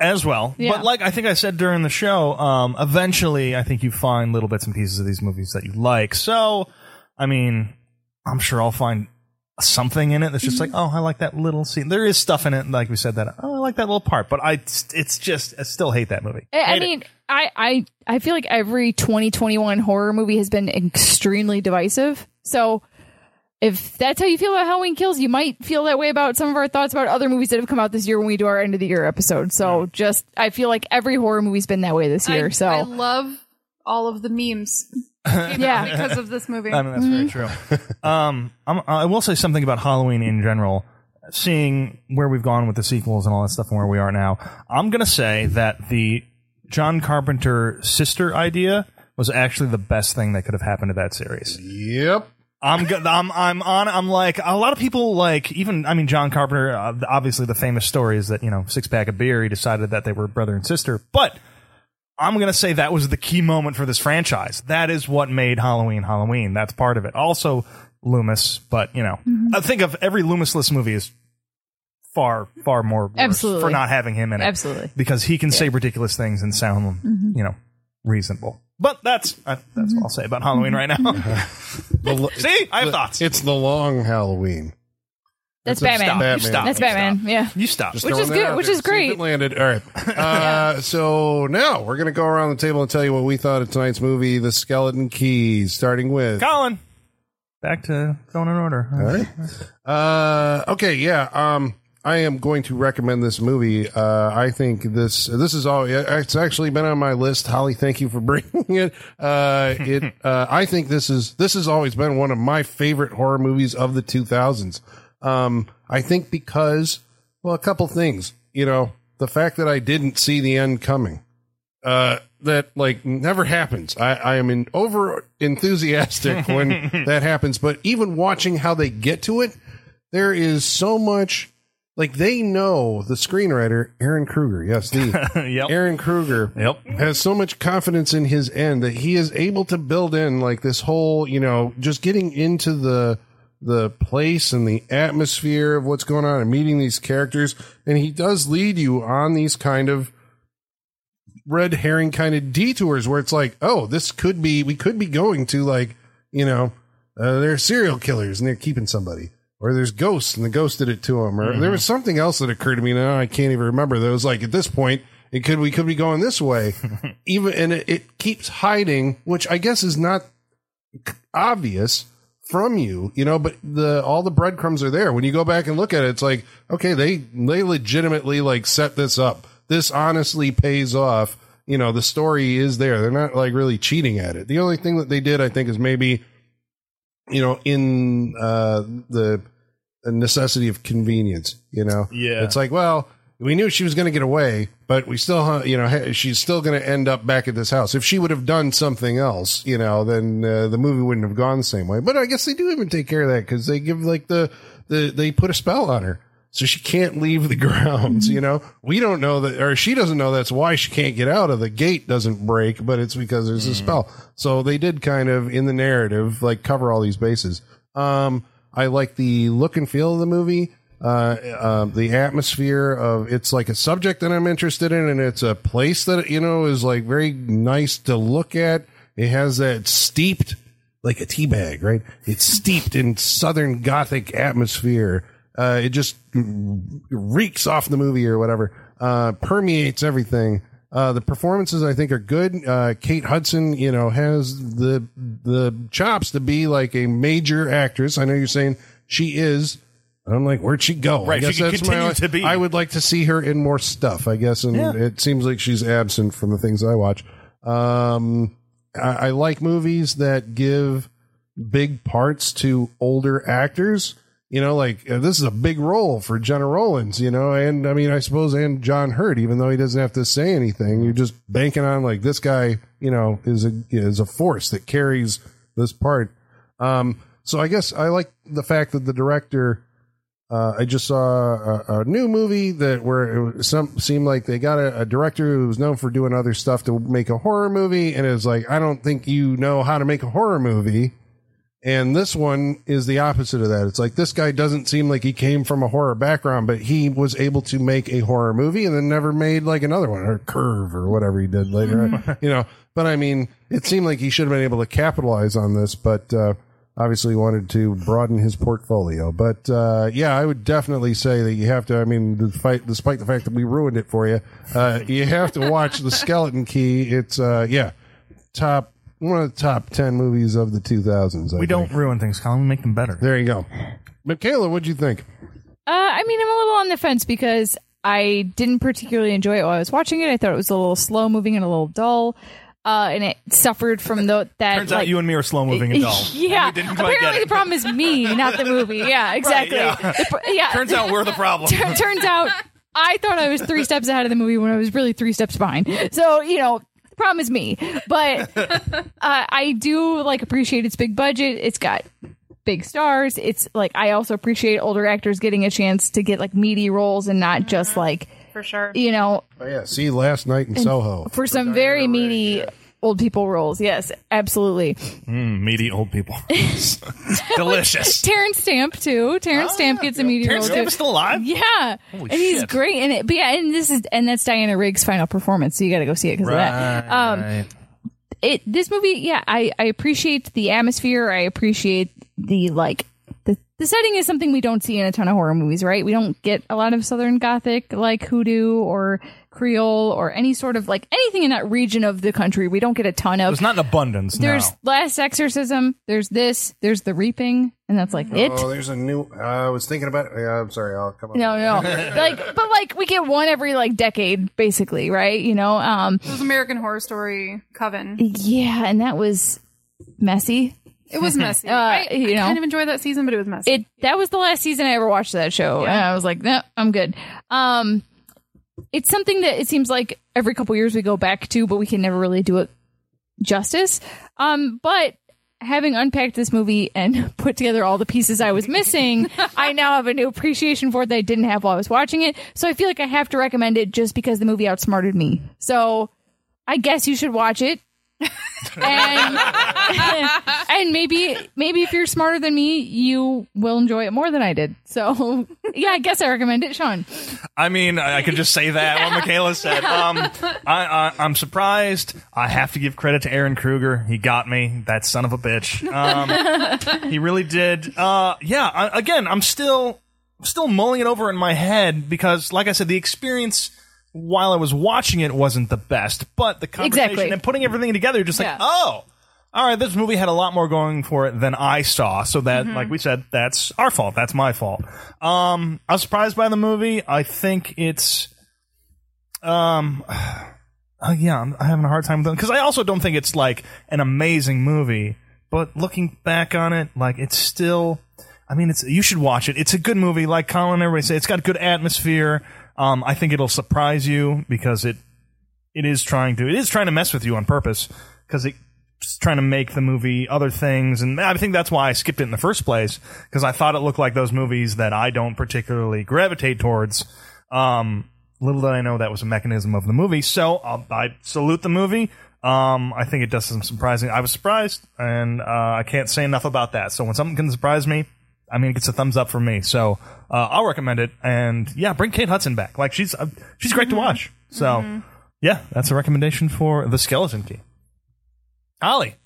as well. Yeah. But like I think I said during the show, um, eventually I think you find little bits and pieces of these movies that you like. So, I mean, I'm sure I'll find something in it that's just like, Mm-hmm. oh, I like that little scene. There is stuff in it, like we said that. Oh, I like that little part, but I it's just I still hate that movie. I, I Hate it. mean, I, I I feel like every 2021 horror movie has been extremely divisive. So if that's how you feel about Halloween Kills, you might feel that way about some of our thoughts about other movies that have come out this year when we do our end of the year episode. So just I feel like every horror movie's been that way this year. I, so I love all of the memes yeah, because of this (laughs) movie. I mean, that's very true. um, I'm, I will say something about Halloween in general. Seeing where we've gone with the sequels and all that stuff and where we are now, I'm going to say that the John Carpenter sister idea was actually the best thing that could have happened to that series. Yep. I'm go- I'm I'm on I'm like a lot of people like even I mean John Carpenter uh, obviously the famous story is that you know six pack of beer he decided that they were brother and sister but I'm going to say that was the key moment for this franchise that is what made Halloween Halloween that's part of it also Loomis but you know Mm-hmm. I think of every Loomisless movie is far far more worse Absolutely. for not having him in it Absolutely. Mm-hmm. because he can say ridiculous things and sound you know reasonable but that's I, that's what I'll say about Halloween right now (laughs) See, I have thoughts. It's the long Halloween. It's that's Batman. Batman. Stop. That's Batman. Yeah. You stop. Just Which throwing is that good- out which there. See is if great. it landed. All (laughs) right. Uh, so now we're going to go around the table and tell you what we thought of tonight's movie, The Skeleton Keys, starting with. Colin. Back to going in order. All right. Uh, okay, yeah. Um, I am going to recommend this movie. Uh, I think this this is all. It's actually been on my list. Holly, thank you for (laughs) bringing it. Uh, it. Uh, I think this is this has always been one of my favorite horror movies of the 2000s. Um, I think because well, a couple things. You know, the fact that I didn't see the end coming uh, that like never happens. I, I am in over enthusiastic when that happens, but even watching how they get to it, there is so much like they know the screenwriter Aaron Kruger, yes, the Yep. Aaron Kruger Yep. has so much confidence in his end that he is able to build in like this whole, you know, just getting into the the place and the atmosphere of what's going on and meeting these characters and he does lead you on these kind of red herring kind of detours where it's like, oh, this could be, we could be going to like, you know, uh, they're serial killers and they're keeping somebody, or there's ghosts and the ghost did it to them, or there was something else that occurred to me now I can't even remember. That was like at this point, it could we could be going this way, even and it, it keeps hiding, which I guess is not c- obvious from you, you know, but the all the breadcrumbs are there. When you go back and look at it, it's like, okay, they they legitimately like set this up. This honestly pays off. You know, the story is there. They're not like really cheating at it. The only thing that they did, I think, is maybe, you know, in uh the necessity of convenience, you know. Yeah. It's like, well, we knew she was going to get away, but we still, huh, you know, ha- she's still going to end up back at this house. If she would have done something else, you know, then uh, the movie wouldn't have gone the same way. But I guess they do even take care of that because they give like the the they put a spell on her, so she can't leave the (laughs) grounds. You know, we don't know that, or she doesn't know that's why she can't get out of the gate doesn't break, but it's because there's a spell. So they did kind of in the narrative like cover all these bases. Um, I like the look and feel of the movie uh, um, the atmosphere of it's like a subject that I'm interested in, and it's a place that you know is like very nice to look at. It has that steeped like a tea bag, right? It's steeped in Southern Gothic atmosphere. Uh, it just reeks off the movie or whatever. Uh, permeates everything. Uh, the performances I think are good. Uh, Kate Hudson, you know, has the the chops to be like a major actress. I know you're saying she is. I'm like, where'd she go? Right, I guess she can that's continue my, to be. I would like to see her in more stuff, I guess, and it seems like she's absent from the things I watch. Um, I, I like movies that give big parts to older actors. You know, like uh, this is a big role for Jenna Rollins. You know, and I mean, I suppose and John Hurt, even though he doesn't have to say anything, you're just banking on like this guy. You know, is a is a force that carries this part. Um, so I guess I like the fact that the director uh, I just saw a, a new movie that where it was- some seemed like they got a, a director who was known for doing other stuff to make a horror movie, and it was like I don't think you know how to make a horror movie, And this one is the opposite of that. It's like this guy doesn't seem like he came from a horror background, but he was able to make a horror movie and then never made like another one or Curve or whatever he did later on. (laughs) You know, but I mean, it seemed like he should have been able to capitalize on this, but uh, obviously he wanted to broaden his portfolio. But uh, yeah, I would definitely say that you have to. I mean, despite, despite the fact that we ruined it for you, uh, you have to watch The Skeleton Key. It's uh, yeah, top one of the top ten movies of the two thousands. We don't ruin things, Colin. We make them better. There you go. Michaela, what'd you think? Uh, I mean, I'm a little on the fence because I didn't particularly enjoy it while I was watching it. I thought it was a little slow moving and a little dull, uh, and it suffered from the, that. Turns out like- you and me are slow (laughs) moving and (laughs) dull. Yeah, And we didn't quite get apparently it. the problem is me, not the movie. Yeah, exactly. yeah. The pr- yeah. (laughs) Turns out we're the problem. (laughs) Tur- turns out I thought I was three steps ahead of the movie when I was really three steps behind. So, you know, the problem is me. But (laughs) uh, I do like appreciate its big budget. It's got big stars. It's like I also appreciate older actors getting a chance to get like meaty roles and Mm-hmm. not just like for sure. you know Oh yeah, see last night in Soho. for some very meaty old people roles. Yes, absolutely. (laughs) Meaty old people. (laughs) Delicious. Terrence Stamp too. Terrence Stamp gets a meaty Oh, Terrence role Stamp too. is still alive? Yeah, and he's shit. great in it. But yeah, and this is and that's Diana Riggs' final performance, so you got to go see it because of that. Um, It this movie, yeah, I I appreciate the atmosphere. I appreciate the like the the setting is something we don't see in a ton of horror movies, right? We don't get a lot of Southern Gothic like hoodoo or Creole or any sort of like anything in that region of the country. We don't get a ton of. There's not an abundance. There's no. Last Exorcism. There's this. There's the Reaping, and that's like it. Oh, there's a new. I was thinking about. Yeah, I'm sorry. I'll come. on. No, no. like, but like we get one every like decade, basically, right? You know, um, It was American Horror Story (laughs) Coven. yeah, and that was messy. It was messy. Uh, I, I you know. kind of enjoyed that season, but it was messy. It that was the last season I ever watched that show, and I was like, no, I'm good. Um, it's something that it seems like every couple years we go back to, but we can never really do it justice. Um, but having unpacked this movie and (laughs) put together all the pieces I was missing, I now have a new appreciation for it that I didn't have while I was watching it. So I feel like I have to recommend it just because the movie outsmarted me. So I guess you should watch it. and (laughs) and maybe maybe if you're smarter than me, you will enjoy it more than I did. So yeah, I guess I recommend it, Sean. I mean, I, I could just say that what Michaela said. Um, I, I, I'm surprised. I have to give credit to Aaron Kruger. He got me. That son of a bitch. Um, he really did. Uh, yeah. I, again, I'm still still mulling it over in my head because, like I said, the experience while I was watching it wasn't the best, but the conversation Exactly. and putting everything together, you're just like, Yeah. oh. All right, this movie had a lot more going for it than I saw, so that, like we said, that's our fault. That's my fault. Um, I was surprised by the movie. I think it's, um, (sighs) uh, yeah, I'm, I'm having a hard time with it because I also don't think it's like an amazing movie. But looking back on it, like it's still, I mean, it's you should watch it. It's a good movie. Like Colin and everybody say, it's got good atmosphere. Um, I think it'll surprise you because it it is trying to it is trying to mess with you on purpose because it's trying to make the movie other things and i think that's why i skipped it in the first place because i thought it looked like those movies that i don't particularly gravitate towards um, little did i know that was a mechanism of the movie so I'll, i salute the movie um, i think it does some surprising i was surprised and uh, i can't say enough about that so when something can surprise me I mean, it gets a thumbs up from me, so uh, I'll recommend it. And yeah, bring Kate Hudson back. Like she's uh, she's great to watch. So yeah, that's a recommendation for the skeleton key. Ollie,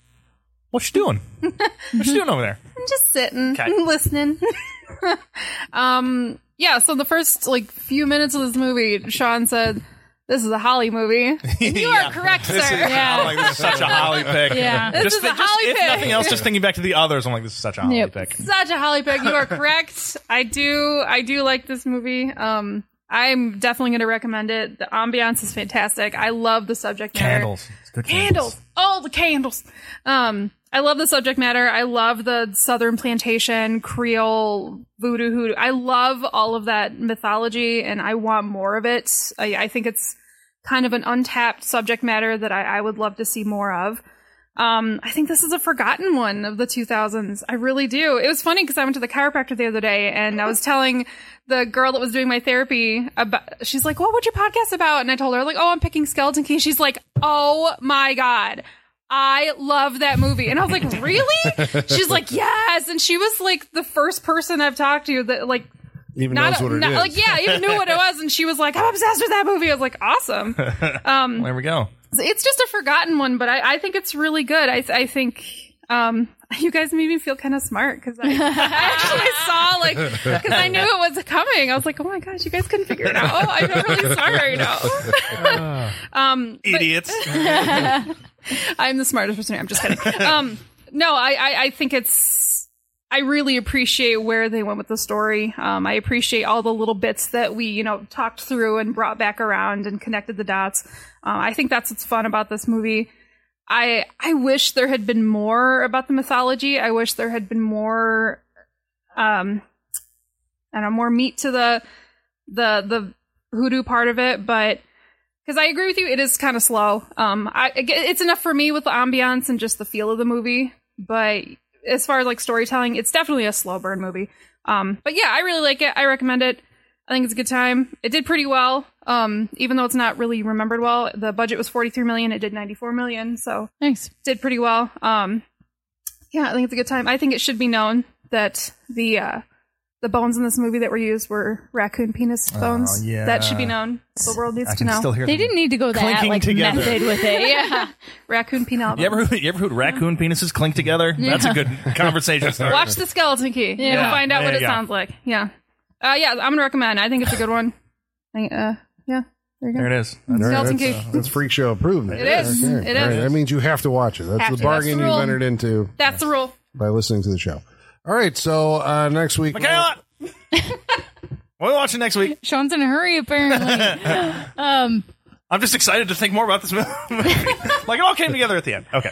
what you doing? what you doing over there? just sitting Okay. (laughs) listening um yeah so the first like few minutes of this movie sean said this is a holly movie and (laughs) you are correct sir I'm like, this is (laughs) such a Holly pick. Yeah. This is a Holly if pick. nothing else, just thinking back to the others, I'm like, this is such a Holly Yep. pick. such a holly pick you are correct i do i do like this movie um i'm definitely going to recommend it the ambiance is fantastic i love the subject matter Candles. It's good candles all the candles um i love the subject matter i love the southern plantation creole voodoo hoodoo i love all of that mythology and i want more of it i, I think it's kind of an untapped subject matter that I, I would love to see more of um, I think this is a forgotten one of the 2000s. I really do. It was funny because I went to the chiropractor the other day and I Oh. was telling the girl that was doing my therapy about, she's like, what would your podcast about? And I told her like, oh, I'm picking skeleton keys. She's like, oh my God. I love that movie. And I (laughs) was like, really? She's like, yes. And she was like the first person I've talked to that like Even knows not, what it is. not- like yeah, even knew what it was. And she was like, I'm obsessed with that movie. I was like, awesome. There we go. It's just a forgotten one, but I, I think it's really good. I, I think um, (laughs) you guys made me feel kind of smart because I, I actually saw like because I knew it was coming. I was like, oh my gosh, you guys couldn't figure it out. Oh, I feel really smart right now. (laughs) Idiots. I'm the smartest person. here. I'm just kidding. Um, no, I, I, I think it's. I really appreciate where they went with the story. Um, I appreciate all the little bits that we, you know, talked through and brought back around and connected the dots. Um, I think that's what's fun about this movie. I I wish there had been more about the mythology. I wish there had been more, um, I don't know, more meat to the the the hoodoo part of it, but because I agree with you, it is kind of slow. Um, I I get- it's enough for me with the ambiance and just the feel of the movie, but as far as like storytelling, it's definitely a slow burn movie. Um, but yeah, I really like it. I recommend it. I think it's a good time. It did pretty well, um, even though it's not really remembered well. The budget was forty three million. It did ninety four million, so Thanks. did pretty well. Um, yeah, I think it's a good time. I think it should be known that the uh, the bones in this movie that were used were raccoon penis bones. Oh, yeah. That should be known. The world needs I to can know. still hear They them. didn't need to go that Clinking like together. method with it. Yeah. yeah, raccoon penile. You ever you ever heard raccoon penises clink together? That's a good (laughs) conversation starter. Watch the skeleton key. Yeah, Yeah, You'll find out there what it you go. sounds like. Yeah. Uh, yeah, I'm gonna recommend. I think it's a good one. I, uh, yeah, there you go. There it is. Uh, All right, Skeleton that's, Key. that's freak show approved. It is. It is. that means you have to watch it. That's Have the to. bargain That's the you've rule. entered into That's the rule. by listening to the show. All right, so uh, next week. Michaela! (laughs) we'll watch it next week. Sean's in a hurry apparently. um, I'm just excited to think more about this (laughs) movie. like it all came together at the end. Okay.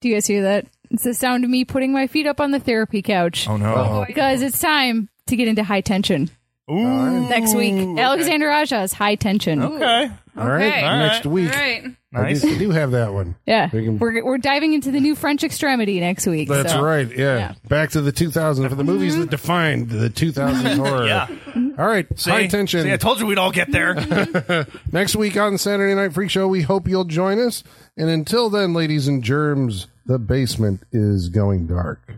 do you guys hear that? It's the sound of me putting my feet up on the therapy couch Oh no. because it's time to get into high tension Ooh. Oh. next week. Alexander Raja's high tension. Okay. all right, Okay. All next week. All right. I Nice. do, I do have that one. Yeah, We can- we're we're diving into the new French extremity next week. That's so. right. Yeah. Back to the 2000 for the movies that defined the (laughs) 2000s horror. Yeah. All right. See? High tension. See, I told you we'd all get there. Next week on Saturday Night Freak Show, we hope you'll join us. And until then, ladies and germs, the basement is going dark.